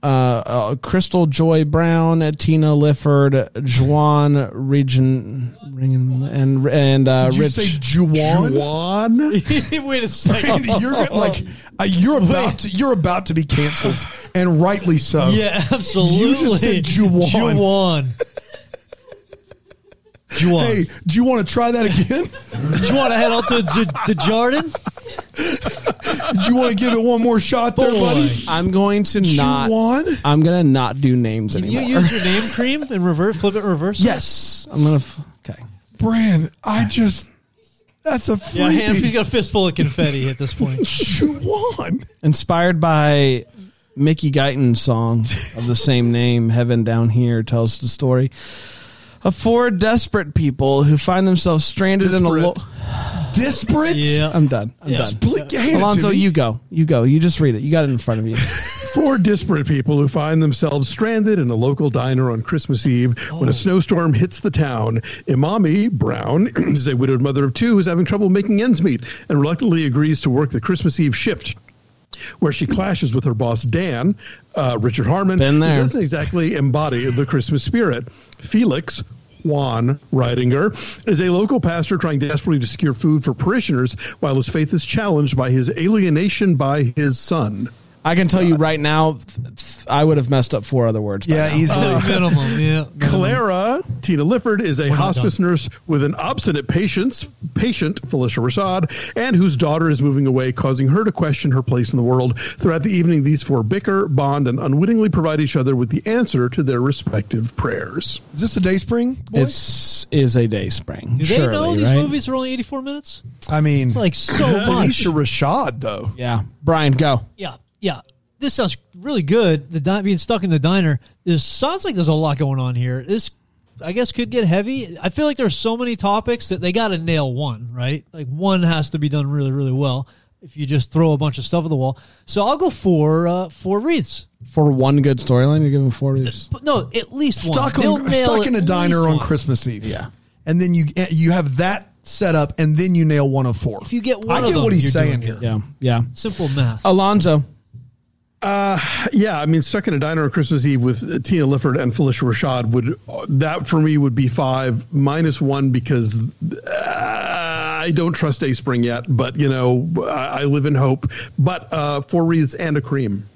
Speaker 1: Uh, uh, Crystal Joy Brown, Tina Lifford, Juan Region, and and uh,
Speaker 3: Did you
Speaker 1: Rich.
Speaker 3: say Juwan?
Speaker 4: Juan?
Speaker 2: Wait a second.
Speaker 3: Andy, you're gonna- like uh, you're about to, you're about to be canceled, and rightly so.
Speaker 2: Yeah, absolutely.
Speaker 3: said Juwan.
Speaker 2: Juwan. Juwan.
Speaker 3: Hey, do you want to try that again?
Speaker 2: Did you want to head out to the, the Jordan?
Speaker 3: Do you want to give it one more shot, there, buddy?
Speaker 1: I'm going to not.
Speaker 3: Juwan?
Speaker 1: I'm gonna not do names
Speaker 2: You
Speaker 1: anymore.
Speaker 2: use your name cream and reverse, flip it reverse?
Speaker 1: yes, I'm gonna. F- okay.
Speaker 3: Bran, I just that's a
Speaker 2: Yeah, hand, he's
Speaker 3: freebie.
Speaker 2: got a fistful of confetti at this point.
Speaker 3: Juwan.
Speaker 1: inspired by Mickey Guyton's song of the same name, Heaven Down Here, tells the story of four desperate people who find themselves stranded in a. Lo-
Speaker 4: Disparate.
Speaker 3: Disparate.
Speaker 2: Yeah.
Speaker 1: I'm done. I'm
Speaker 2: Yeah.
Speaker 1: done.
Speaker 3: Blick, hand it to
Speaker 1: Alonzo,
Speaker 3: me.
Speaker 1: you go. You go. You just read it. You got it in front of you.
Speaker 4: Four disparate people who find themselves stranded in a local diner on Christmas Eve
Speaker 1: Oh.
Speaker 4: when a snowstorm hits the town. Imami Brown is a widowed mother of two who's having trouble making ends meet and reluctantly agrees to work the Christmas Eve shift. Where she clashes with her boss Dan, uh, Richard Harmon,
Speaker 1: Been there.
Speaker 4: who doesn't exactly embody the Christmas spirit. Felix Juan Reidinger is a local pastor trying desperately to secure food for parishioners while his faith is challenged by his alienation by his son.
Speaker 1: I can tell you right now, th- th- I would have messed up four other words. by now.
Speaker 3: easily.
Speaker 2: minimum, yeah.
Speaker 4: Clara Tina Lifford is a
Speaker 2: not
Speaker 4: hospice nurse with an obstinate patient's patient, Felicia Rasad, and whose daughter is moving away, causing her to question her place in the world. Throughout the evening, these four bicker, bond, and unwittingly provide each other with the answer to their respective prayers.
Speaker 3: Is this a day spring? Boy?
Speaker 1: It's is a day spring.
Speaker 2: Do they
Speaker 1: surely,
Speaker 2: know these
Speaker 1: right?
Speaker 2: movies are only 84 minutes?
Speaker 3: I mean,
Speaker 2: It's like so much.
Speaker 3: Felicia Rashad though.
Speaker 1: Yeah, Brian, go.
Speaker 2: Yeah, yeah. This sounds really good. The di- being stuck in the diner. This sounds like there's a lot going on here. This, I guess, could get heavy. I feel like there's so many topics that they got to nail one, right? Like one has to be done really, really well. If you just throw a bunch of stuff at the wall, so I'll go for uh, four wreaths.
Speaker 1: For one good storyline, you're giving four reviews.
Speaker 2: But no, at least
Speaker 3: Stuck,
Speaker 2: one. They'll
Speaker 3: on,
Speaker 2: nail
Speaker 3: stuck in a
Speaker 2: at
Speaker 3: diner
Speaker 2: least
Speaker 3: on
Speaker 2: one.
Speaker 3: Christmas Eve.
Speaker 1: Yeah.
Speaker 3: and then you eh, you have that set up, and then you nail one of four.
Speaker 2: If you get one
Speaker 3: I
Speaker 2: of
Speaker 3: get
Speaker 2: them,
Speaker 3: what he's
Speaker 2: you're
Speaker 3: saying
Speaker 2: doing
Speaker 3: here.
Speaker 2: it.
Speaker 1: Yeah, yeah.
Speaker 2: Simple math.
Speaker 1: Alonzo,
Speaker 4: Yeah, I mean, stuck in a diner on Christmas Eve with uh, Tina Lifford and Felicia Rashad would that for me would be five minus one because uh, I don't trust A Spring yet, but you know I, I live in hope. But uh, four wreaths and a cream.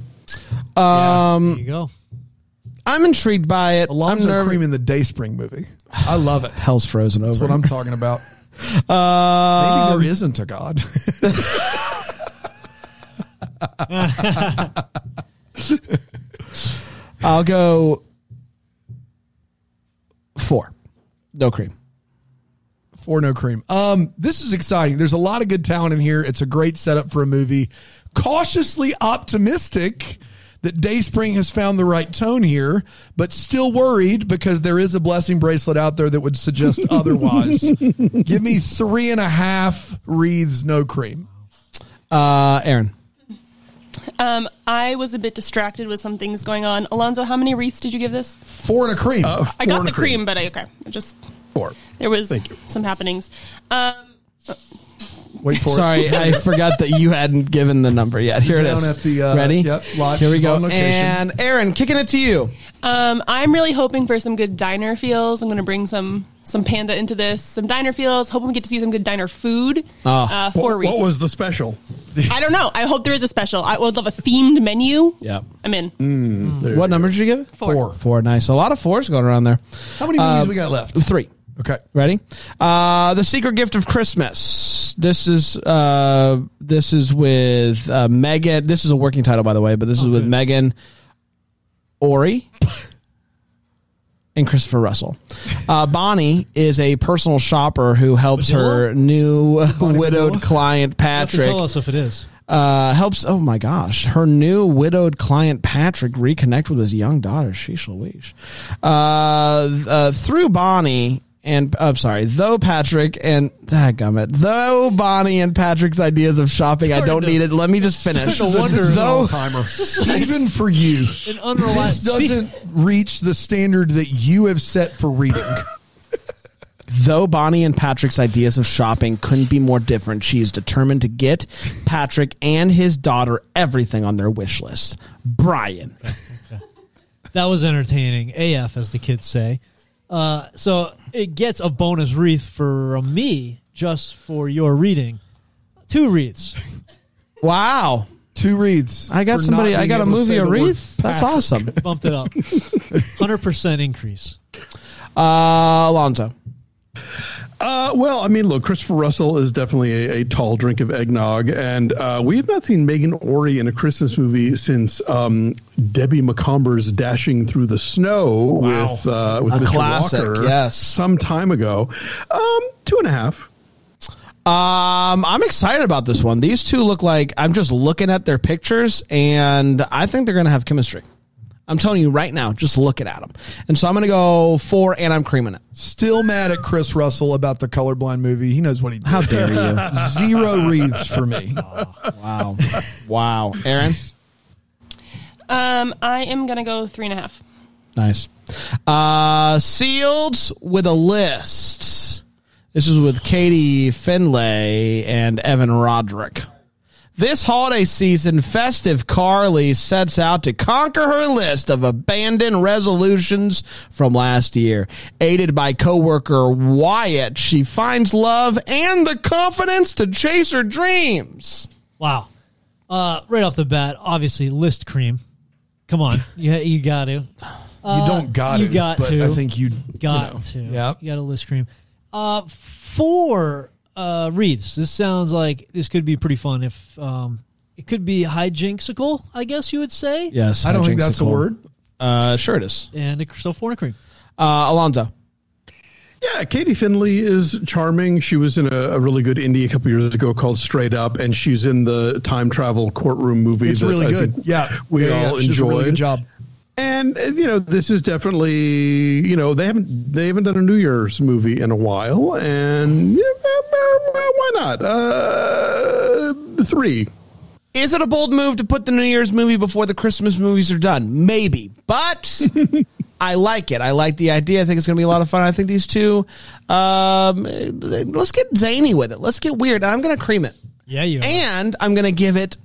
Speaker 2: Um, there you go.
Speaker 1: I'm intrigued by it.
Speaker 3: Alonzo
Speaker 1: I'm nervous.
Speaker 3: Cream in the Day Spring movie. I love it.
Speaker 1: Hell's frozen over.
Speaker 3: That's what I'm talking about.
Speaker 2: Uh,
Speaker 3: Maybe there isn't a God.
Speaker 1: I'll go four. No cream.
Speaker 3: For no cream. Um, this is exciting. There's a lot of good talent in here. It's a great setup for a movie. Cautiously optimistic that Dayspring has found the right tone here, but still worried because there is a blessing bracelet out there that would suggest otherwise. Give me three and a half wreaths, no cream.
Speaker 1: Uh, Aaron,
Speaker 7: Um, I was a bit distracted with some things going on. Alonzo, how many wreaths did you give this?
Speaker 3: Four and a cream.
Speaker 7: I got the cream, but I okay. I just
Speaker 4: Four.
Speaker 7: there was
Speaker 4: Thank you.
Speaker 7: some happenings. Um,
Speaker 3: Wait for
Speaker 1: sorry, I forgot that you hadn't given the number yet. Here it
Speaker 3: Down
Speaker 1: is.
Speaker 3: at the, uh,
Speaker 1: Ready?
Speaker 3: yep, lodge.
Speaker 1: Here we
Speaker 3: She's on
Speaker 1: go.
Speaker 3: location.
Speaker 1: And Aaron, kicking it to you.
Speaker 7: um, I'm really hoping for some good diner feels. I'm going to bring some some panda into this. Some diner feels. Hoping we get to see some good diner food. uh, four
Speaker 4: Ah. What,
Speaker 7: wreaths.
Speaker 4: what was the special?
Speaker 7: I don't know. I hope there is a special. I would love a themed menu.
Speaker 1: Yeah.
Speaker 7: I'm in.
Speaker 1: What number did you give? it?
Speaker 7: Four.
Speaker 3: Four.
Speaker 1: Four. Nice. A lot of fours going around there.
Speaker 3: How many movies we got left?
Speaker 1: Three.
Speaker 3: Okay.
Speaker 1: Ready? Uh, the Secret Gift of Christmas. This is uh, this is with uh, Megan. This is a working title, by the way, but this is with Megan Ori and Christopher Russell. Uh, Bonnie is a personal shopper who helps her
Speaker 2: Vanilla?
Speaker 1: new widowed
Speaker 3: Vanilla?
Speaker 1: client
Speaker 2: You have to tell
Speaker 1: Patrick
Speaker 2: us if it is.
Speaker 1: uh, helps. Oh my gosh, her new widowed client Patrick reconnect with his young daughter. Sheesh Louise. Uh, th- uh, through Bonnie and uh, I'm sorry, though Patrick and dadgummit, though Bonnie and Patrick's ideas of shopping, I
Speaker 2: Starting
Speaker 1: don't
Speaker 2: to-
Speaker 1: need it. Let me just finish.
Speaker 3: This is a- this is an
Speaker 1: Though
Speaker 3: all-timer. Even for you,
Speaker 2: An
Speaker 3: this
Speaker 2: unreliable.
Speaker 3: doesn't reach the standard that you have set for reading.
Speaker 1: Though Bonnie and Patrick's ideas of shopping couldn't be more different, she is determined to get Patrick and his daughter everything on their wish list. Brian.
Speaker 2: That was entertaining, AF, as the kids say. Uh, so it gets a bonus wreath for uh, me just for your reading. Two wreaths.
Speaker 1: Wow.
Speaker 3: Two wreaths.
Speaker 1: I got
Speaker 3: for
Speaker 1: somebody.
Speaker 3: not
Speaker 1: I
Speaker 3: being
Speaker 1: got a
Speaker 3: able to
Speaker 1: movie
Speaker 3: say
Speaker 1: a
Speaker 3: the word
Speaker 1: wreath. That's
Speaker 3: Patrick.
Speaker 1: awesome.
Speaker 2: Bumped it up. 100% increase.
Speaker 1: Uh, Alonzo.
Speaker 4: Uh, well, I mean, look, Christopher Russell is definitely a, a tall drink of eggnog, and uh, we have not seen Megan Ori in a Christmas movie since um, Debbie McComber's "Dashing Through the Snow" with uh, with
Speaker 1: A
Speaker 4: Mr.
Speaker 1: classic,
Speaker 4: Walker,
Speaker 1: yes.
Speaker 4: some time ago. Um, two and a half.
Speaker 1: Um, I'm excited about this one. These two look like I'm just looking at their pictures, and I think they're gonna have chemistry. I'm telling you right now, just looking at them. And so I'm gonna go four, and I'm creaming it.
Speaker 3: Still mad at Chris Russell about the colorblind movie. He knows what he did.
Speaker 1: How dare you?
Speaker 3: Zero wreaths for me.
Speaker 1: Wow, wow, Aaron.
Speaker 7: Um, I am going to go three and a half.
Speaker 1: Nice. Uh, sealed with a list. This is with Katie Finlay and Evan Roderick. This holiday season, Festive Carly sets out to conquer her list of abandoned resolutions from last year. Aided by coworker Wyatt, she finds love and the confidence to chase her dreams.
Speaker 2: Wow. Uh, right off the bat, obviously, list cream. Come on. You, you got to.
Speaker 3: you don't got
Speaker 2: you
Speaker 3: to,
Speaker 2: got
Speaker 3: but
Speaker 2: to.
Speaker 3: I think you
Speaker 2: Got
Speaker 3: you know.
Speaker 2: to.
Speaker 3: Yeah.
Speaker 2: You got to list cream. Uh, four uh, reads. This sounds like this could be pretty fun if um, it could be hijinksical, I guess you would say.
Speaker 1: Yes,
Speaker 3: I don't think that's a word.
Speaker 1: Uh, sure it is.
Speaker 2: And a, so four and a cream.
Speaker 1: Uh, Alonzo.
Speaker 4: Yeah, Katie Finley is charming. She was in a, a really good indie a couple years ago called Straight Up, and she's in the time travel courtroom movie.
Speaker 3: It's
Speaker 4: that
Speaker 3: really
Speaker 4: I
Speaker 3: good.
Speaker 4: think
Speaker 3: Yeah,
Speaker 4: we
Speaker 3: Yeah, yeah,
Speaker 4: all
Speaker 3: she does a
Speaker 4: enjoyed.
Speaker 3: Really good job.
Speaker 4: And uh, you know, this is definitely you know they haven't they haven't done a New Year's movie in a while, and yeah, why not? Uh, three.
Speaker 1: Is it a bold move to put the New Year's movie before the Christmas movies are done? Maybe, but I like it. I like the idea. I think it's going to be a lot of fun. I think these two, um, eh, let's get zany with it. Let's get weird. And I'm going to cream it.
Speaker 2: Yeah, you
Speaker 1: And I'm going to give it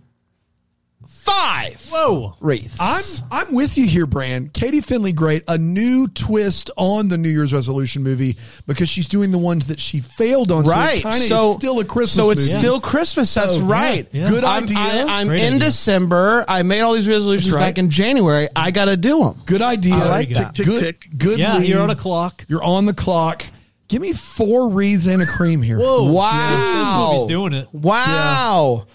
Speaker 1: five
Speaker 2: Whoa.
Speaker 1: wreaths.
Speaker 3: I'm I'm with you here, Brand. Katie Finley, great. A new twist on the New Year's resolution movie because she's doing the ones that she failed on.
Speaker 1: right.
Speaker 3: So, it kinda is
Speaker 1: so
Speaker 3: still a Christmas.
Speaker 1: So it's
Speaker 3: movie.
Speaker 1: still Christmas. That's
Speaker 3: So, yeah,
Speaker 1: right.
Speaker 2: yeah. Good
Speaker 1: I'm,
Speaker 3: idea.
Speaker 1: I, am in
Speaker 2: Great idea.
Speaker 1: December. I made all these resolutions
Speaker 3: That's right.
Speaker 1: back in January. I got to do them.
Speaker 3: good idea.
Speaker 2: I like that.
Speaker 4: Tick,
Speaker 3: good,
Speaker 4: tick.
Speaker 3: Good.
Speaker 2: Yeah, you're
Speaker 3: lead.
Speaker 2: on a clock.
Speaker 3: You're on the clock. Give me four reeds and a cream here.
Speaker 2: Whoa.
Speaker 1: Wow.
Speaker 2: Oh, This movie's doing it.
Speaker 1: Wow.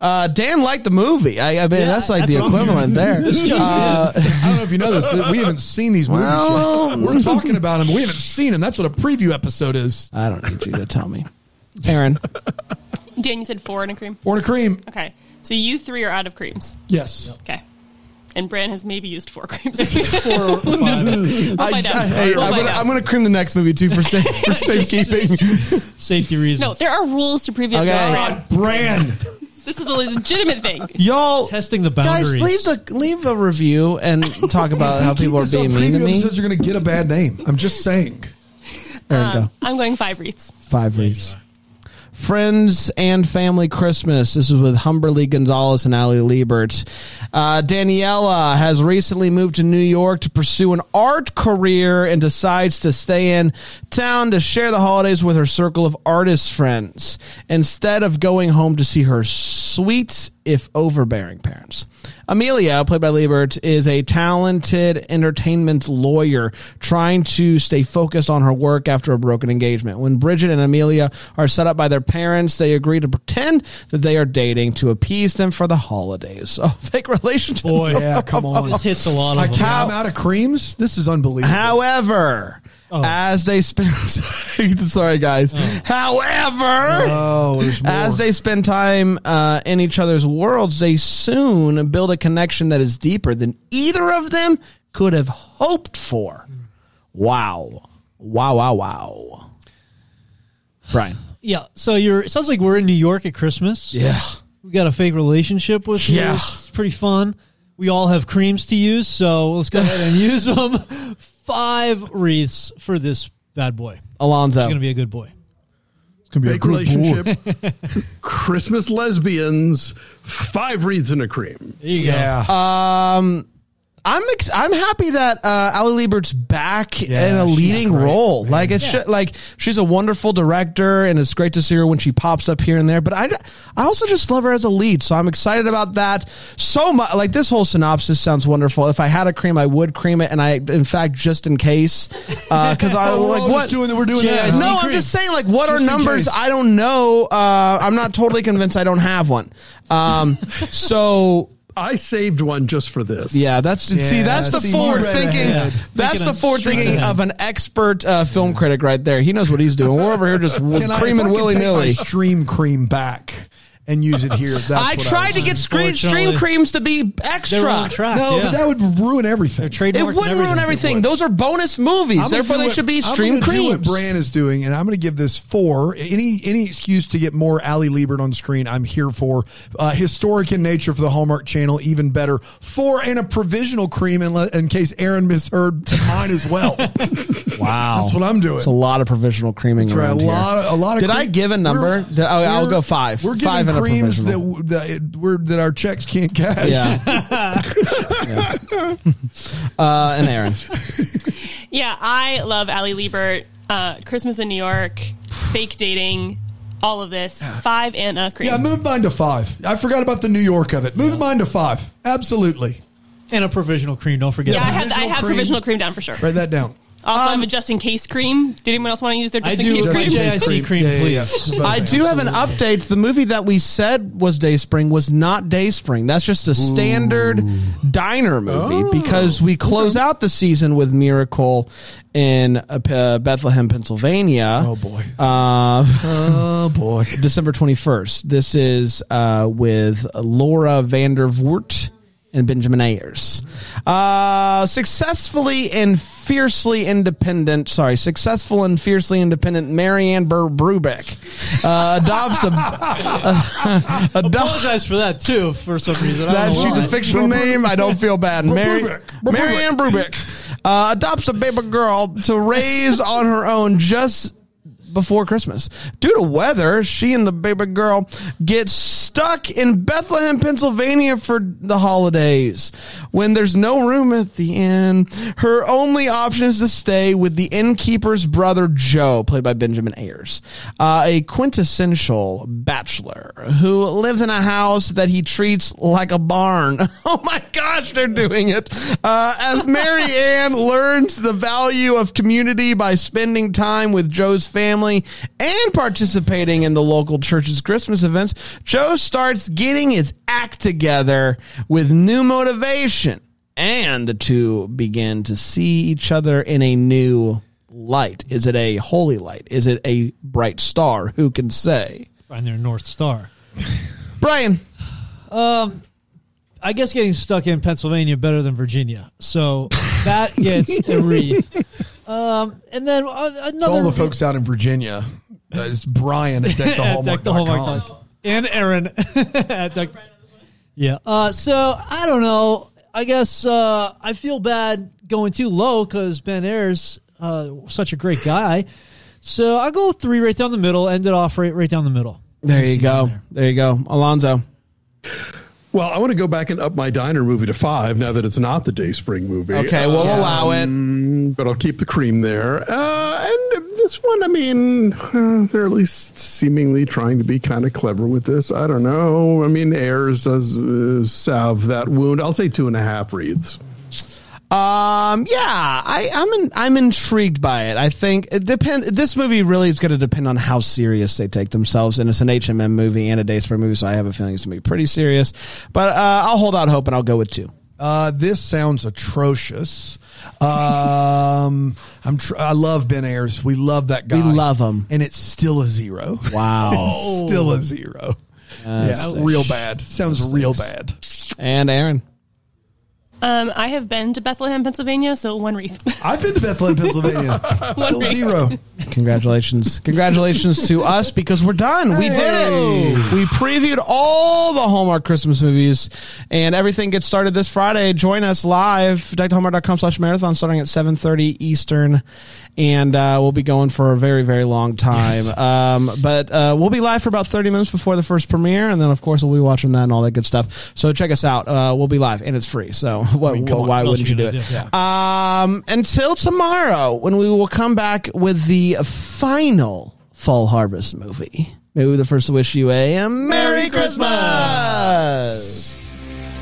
Speaker 1: Uh, Dan liked the movie. I, I mean, that's like
Speaker 2: that's
Speaker 1: the
Speaker 2: what I'm
Speaker 1: equivalent there.
Speaker 2: This just
Speaker 1: Uh,
Speaker 3: I don't know if you know this. We haven't seen these movies.
Speaker 1: Well-
Speaker 3: yet. We're talking about them, but we haven't seen them. That's what a preview episode is.
Speaker 1: I don't need you to tell me. Aaron,
Speaker 7: Dan, you said four and a cream.
Speaker 3: Four and a cream.
Speaker 7: Okay, so you three are out of creams.
Speaker 3: Yes.
Speaker 7: Okay, and Bran has maybe used four creams.
Speaker 2: Four, five.
Speaker 1: Uh,
Speaker 7: find out.
Speaker 1: hey,
Speaker 7: We'll
Speaker 1: I'm,
Speaker 7: find
Speaker 1: gonna,
Speaker 7: out.
Speaker 1: I'm gonna cream the next movie too for, safe, for safekeeping.
Speaker 2: Safety reasons.
Speaker 7: no, there are rules to preview.
Speaker 1: Okay.
Speaker 7: Bran.
Speaker 3: Brand.
Speaker 7: This is a legitimate thing.
Speaker 1: Y'all,
Speaker 2: Testing the
Speaker 1: guys,
Speaker 2: boundaries.
Speaker 1: leave the leave a review and talk about how people are
Speaker 3: Keep this
Speaker 1: being
Speaker 3: up.
Speaker 1: mean to
Speaker 3: Preview
Speaker 1: me.
Speaker 3: Episodes, you're going to get a bad name. I'm just saying.
Speaker 1: Aaron, go.
Speaker 7: I'm going five wreaths.
Speaker 1: Five reefs. Friends and Family Christmas. This is with Humberly Gonzalez and Ali Liebert. Uh, Daniela has recently moved to New York to pursue an art career and decides to stay in town to share the holidays with her circle of artist friends instead of going home to see her sweet, if overbearing, parents. Amelia, played by Liebert, is a talented entertainment lawyer trying to stay focused on her work after a broken engagement. When Bridget and Amelia are set up by their parents, they agree to pretend that they are dating to appease them for the holidays. A fake relationship.
Speaker 2: Boy,
Speaker 3: Yeah, come on.
Speaker 2: this hits a lot
Speaker 3: I
Speaker 2: of them.
Speaker 3: cow out of creams. This is unbelievable.
Speaker 1: However, as they spend, sorry, sorry guys. However,
Speaker 3: Oh, there's more.
Speaker 1: As they spend time uh, in each other's worlds, they soon build a connection that is deeper than either of them could have hoped for. Wow. Wow, wow, wow. Brian.
Speaker 2: Yeah. So you're. It sounds like we're in New York at Christmas.
Speaker 1: Yeah.
Speaker 2: We got a fake relationship with. you.
Speaker 1: Yeah.
Speaker 2: It's pretty fun. We all have creams to use, so let's go ahead and use them. Five wreaths for this bad boy. He's
Speaker 1: Alonzo.
Speaker 2: gonna be a good boy.
Speaker 3: it's going to be a
Speaker 4: Big
Speaker 3: good
Speaker 4: relationship.
Speaker 3: boy.
Speaker 4: Christmas lesbians. Five reeds and a cream.
Speaker 2: There you
Speaker 3: Yeah.
Speaker 1: I'm ex- I'm happy that uh, Ali Liebert's back in a
Speaker 3: she's
Speaker 1: leading
Speaker 3: great,
Speaker 1: role. Like it's
Speaker 2: Yeah.
Speaker 1: ju- like she's a wonderful director, and it's great to see her when she pops up here and there. But I I also just love her as a lead, so I'm excited about that so much. Like this whole synopsis sounds wonderful. If I had a cream, I would cream it, and I in fact just in case because I
Speaker 3: Oh, we're all
Speaker 1: like
Speaker 3: just
Speaker 1: what.
Speaker 3: doing that. We're doing
Speaker 2: Yeah,
Speaker 3: that.
Speaker 2: I
Speaker 1: No,
Speaker 2: see
Speaker 1: I'm
Speaker 2: cream.
Speaker 1: just saying, like, what are
Speaker 3: in
Speaker 1: numbers?
Speaker 3: case.
Speaker 1: I don't know. Uh, I'm not totally convinced I don't have one. Um, so
Speaker 4: I saved one just for this.
Speaker 1: yeah, that's see,
Speaker 3: Yeah,
Speaker 1: that's the
Speaker 3: see,
Speaker 1: forward
Speaker 3: you read
Speaker 1: thinking.
Speaker 3: ahead.
Speaker 1: That's
Speaker 2: Thinking
Speaker 1: the
Speaker 2: of
Speaker 1: forward
Speaker 2: straight
Speaker 1: thinking
Speaker 2: ahead.
Speaker 1: of an expert uh, film critic right there. He knows what he's doing. We're over here just
Speaker 3: Can I- if I
Speaker 1: creaming
Speaker 3: could
Speaker 1: willy
Speaker 3: take my
Speaker 1: nilly.
Speaker 3: Stream cream back and use it here. That's
Speaker 1: I
Speaker 3: what
Speaker 1: tried to
Speaker 3: would
Speaker 1: get
Speaker 3: do.
Speaker 1: screen, stream
Speaker 2: Unfortunately,
Speaker 1: creams to be extra.
Speaker 2: They were on track.
Speaker 3: No, but that would ruin everything.
Speaker 1: It would ruin everything. Those are bonus movies.
Speaker 3: I'm gonna
Speaker 1: Therefore,
Speaker 3: do
Speaker 1: they
Speaker 3: what-
Speaker 1: should be
Speaker 3: I'm
Speaker 1: stream
Speaker 3: gonna do
Speaker 1: creams.
Speaker 3: What Bran is doing, and I'm going to give this four. Any any excuse to get more Ali Liebert on screen, I'm here for. Uh, historic in nature for the Hallmark Channel, even better. Four and a provisional cream, in, le- in case Aaron misheard mine as well.
Speaker 1: Wow,
Speaker 3: That's what I'm doing.
Speaker 1: It's a lot of provisional creaming.
Speaker 3: That's right,
Speaker 1: around
Speaker 3: a lot,
Speaker 1: here.
Speaker 3: of, a lot of.
Speaker 1: Did I
Speaker 3: cream-
Speaker 1: give a number?
Speaker 3: we're-
Speaker 1: Did- oh, I'll
Speaker 3: we're-
Speaker 1: go five.
Speaker 3: We're
Speaker 1: Five
Speaker 3: giving
Speaker 1: and a
Speaker 3: creams that
Speaker 1: provisional.
Speaker 3: w- that it- we're that our checks can't cash.
Speaker 1: Yeah. Yeah. Uh, and Aaron,
Speaker 7: Yeah, I love Ali Liebert. Uh, Christmas in New York, fake dating, all of this. Five and a cream.
Speaker 3: Yeah, move mine to five. I forgot about the New York of it. Move mine to five. Absolutely.
Speaker 2: and a provisional cream. Don't forget.
Speaker 7: Yeah, I
Speaker 2: that.
Speaker 7: have I
Speaker 3: provisional
Speaker 7: have
Speaker 3: cream.
Speaker 7: provisional cream down for sure.
Speaker 3: Write that down.
Speaker 7: Also, I have a just in case cream. Did anyone else want to use their
Speaker 2: I
Speaker 7: just in
Speaker 2: do
Speaker 7: case
Speaker 2: my
Speaker 7: cream?
Speaker 2: JIC cream,
Speaker 3: Yeah, yeah, yeah.
Speaker 2: please.
Speaker 3: Both
Speaker 1: I
Speaker 3: hands.
Speaker 1: do have an update. The movie that we said was Dayspring was not Dayspring. That's just a standard diner movie
Speaker 3: Oh,
Speaker 1: because we close out the season with Miracle in uh, P- uh, Bethlehem, Pennsylvania.
Speaker 3: Oh boy.
Speaker 1: Uh,
Speaker 3: oh boy.
Speaker 1: December 21st. This is uh, with Laura Vandervoort and Benjamin Ayers. Uh, successfully and fiercely independent, sorry, successful and fiercely independent Marianne Burr Brubeck uh, adopts a. adopts,
Speaker 2: apologize for that too. For some reason, I
Speaker 1: that
Speaker 2: don't know
Speaker 1: she's
Speaker 2: why.
Speaker 1: a fictional name. I don't feel bad. Mary,
Speaker 3: Brubeck.
Speaker 1: Marianne Brubeck uh, adopts a baby girl to raise on her own just before Christmas. Due to weather, she and the baby girl get stuck in Bethlehem, Pennsylvania for the holidays. When there's no room at the inn, her only option is to stay with the innkeeper's brother, Joe, played by Benjamin Ayers, uh, a quintessential bachelor who lives in a house that he treats like a barn. Oh my gosh, they're doing it. Uh, as Mary Ann learns the value of community by spending time with Joe's family and participating in the local church's Christmas events, Joe starts getting his act together with new motivation. And the two begin to see each other in a new light. Is it a holy light? Is it a bright star? Who can say?
Speaker 2: Find their North Star.
Speaker 1: Brian,
Speaker 2: I guess getting stuck in Pennsylvania better than Virginia, so that gets a wreath. Um, and then uh,
Speaker 3: To
Speaker 2: another
Speaker 3: all the folks out in Virginia, uh, it's Brian at
Speaker 2: at
Speaker 3: deckthehallmark.com.
Speaker 2: deckthehallmark.com. and Aaron at deck. Yeah. Uh, so I don't know. I guess uh, I feel bad going too low because Ben Ayers, uh, such a great guy. So I go three right down the middle. Ended off right right down the middle.
Speaker 1: there you go. There you go. Alonzo.
Speaker 4: Well, I want to go back and up my diner movie to five now that it's not the Day Spring movie. Uh,
Speaker 1: Okay, we'll allow it.
Speaker 4: Mm, but I'll keep the cream there. Uh, and this one, I mean, uh, they're at least seemingly trying to be kind of clever with this. I don't know. I mean, Ayers does uh, salve that wound. I'll say two and a half wreaths.
Speaker 1: Um, yeah, I, I'm in, I'm intrigued by it. I think it depend. This movie really is going to depend on how serious they take themselves, and it's an HMM movie and a Days for movie, so I have a feeling it's going to be pretty serious. But uh, I'll hold out hope and I'll go with two.
Speaker 3: Uh, this sounds atrocious. Um, I'm tr- I love Ben Ayers. We love that guy.
Speaker 1: We love him.
Speaker 3: and it's still a zero.
Speaker 1: Wow.
Speaker 3: It's still a zero. yeah,
Speaker 1: stinks.
Speaker 3: real bad. Sounds real bad.
Speaker 1: and Aaron.
Speaker 7: Um, I have been to Bethlehem, Pennsylvania, so one wreath.
Speaker 3: I've been to Bethlehem, Pennsylvania. still zero.
Speaker 1: Congratulations. Congratulations to us because we're done. We did it. We previewed all the Hallmark Christmas movies and everything gets started this Friday. Join us live, deckthehallmark.com slash marathon starting at 7.30 Eastern. And uh, we'll be going for a very, very long time. Um, but uh, we'll be live for about 30 minutes before the first premiere. And then, of course, we'll be watching that and all that good stuff. So check us out. Uh, we'll be live and it's free. So what,
Speaker 3: come on.
Speaker 1: why
Speaker 2: What else
Speaker 1: wouldn't
Speaker 2: you
Speaker 1: you do it?
Speaker 2: gonna do? Yeah.
Speaker 1: Um, until tomorrow, when we will come back with the final Fall Harvest movie. Maybe we're the first to wish you a Merry Christmas.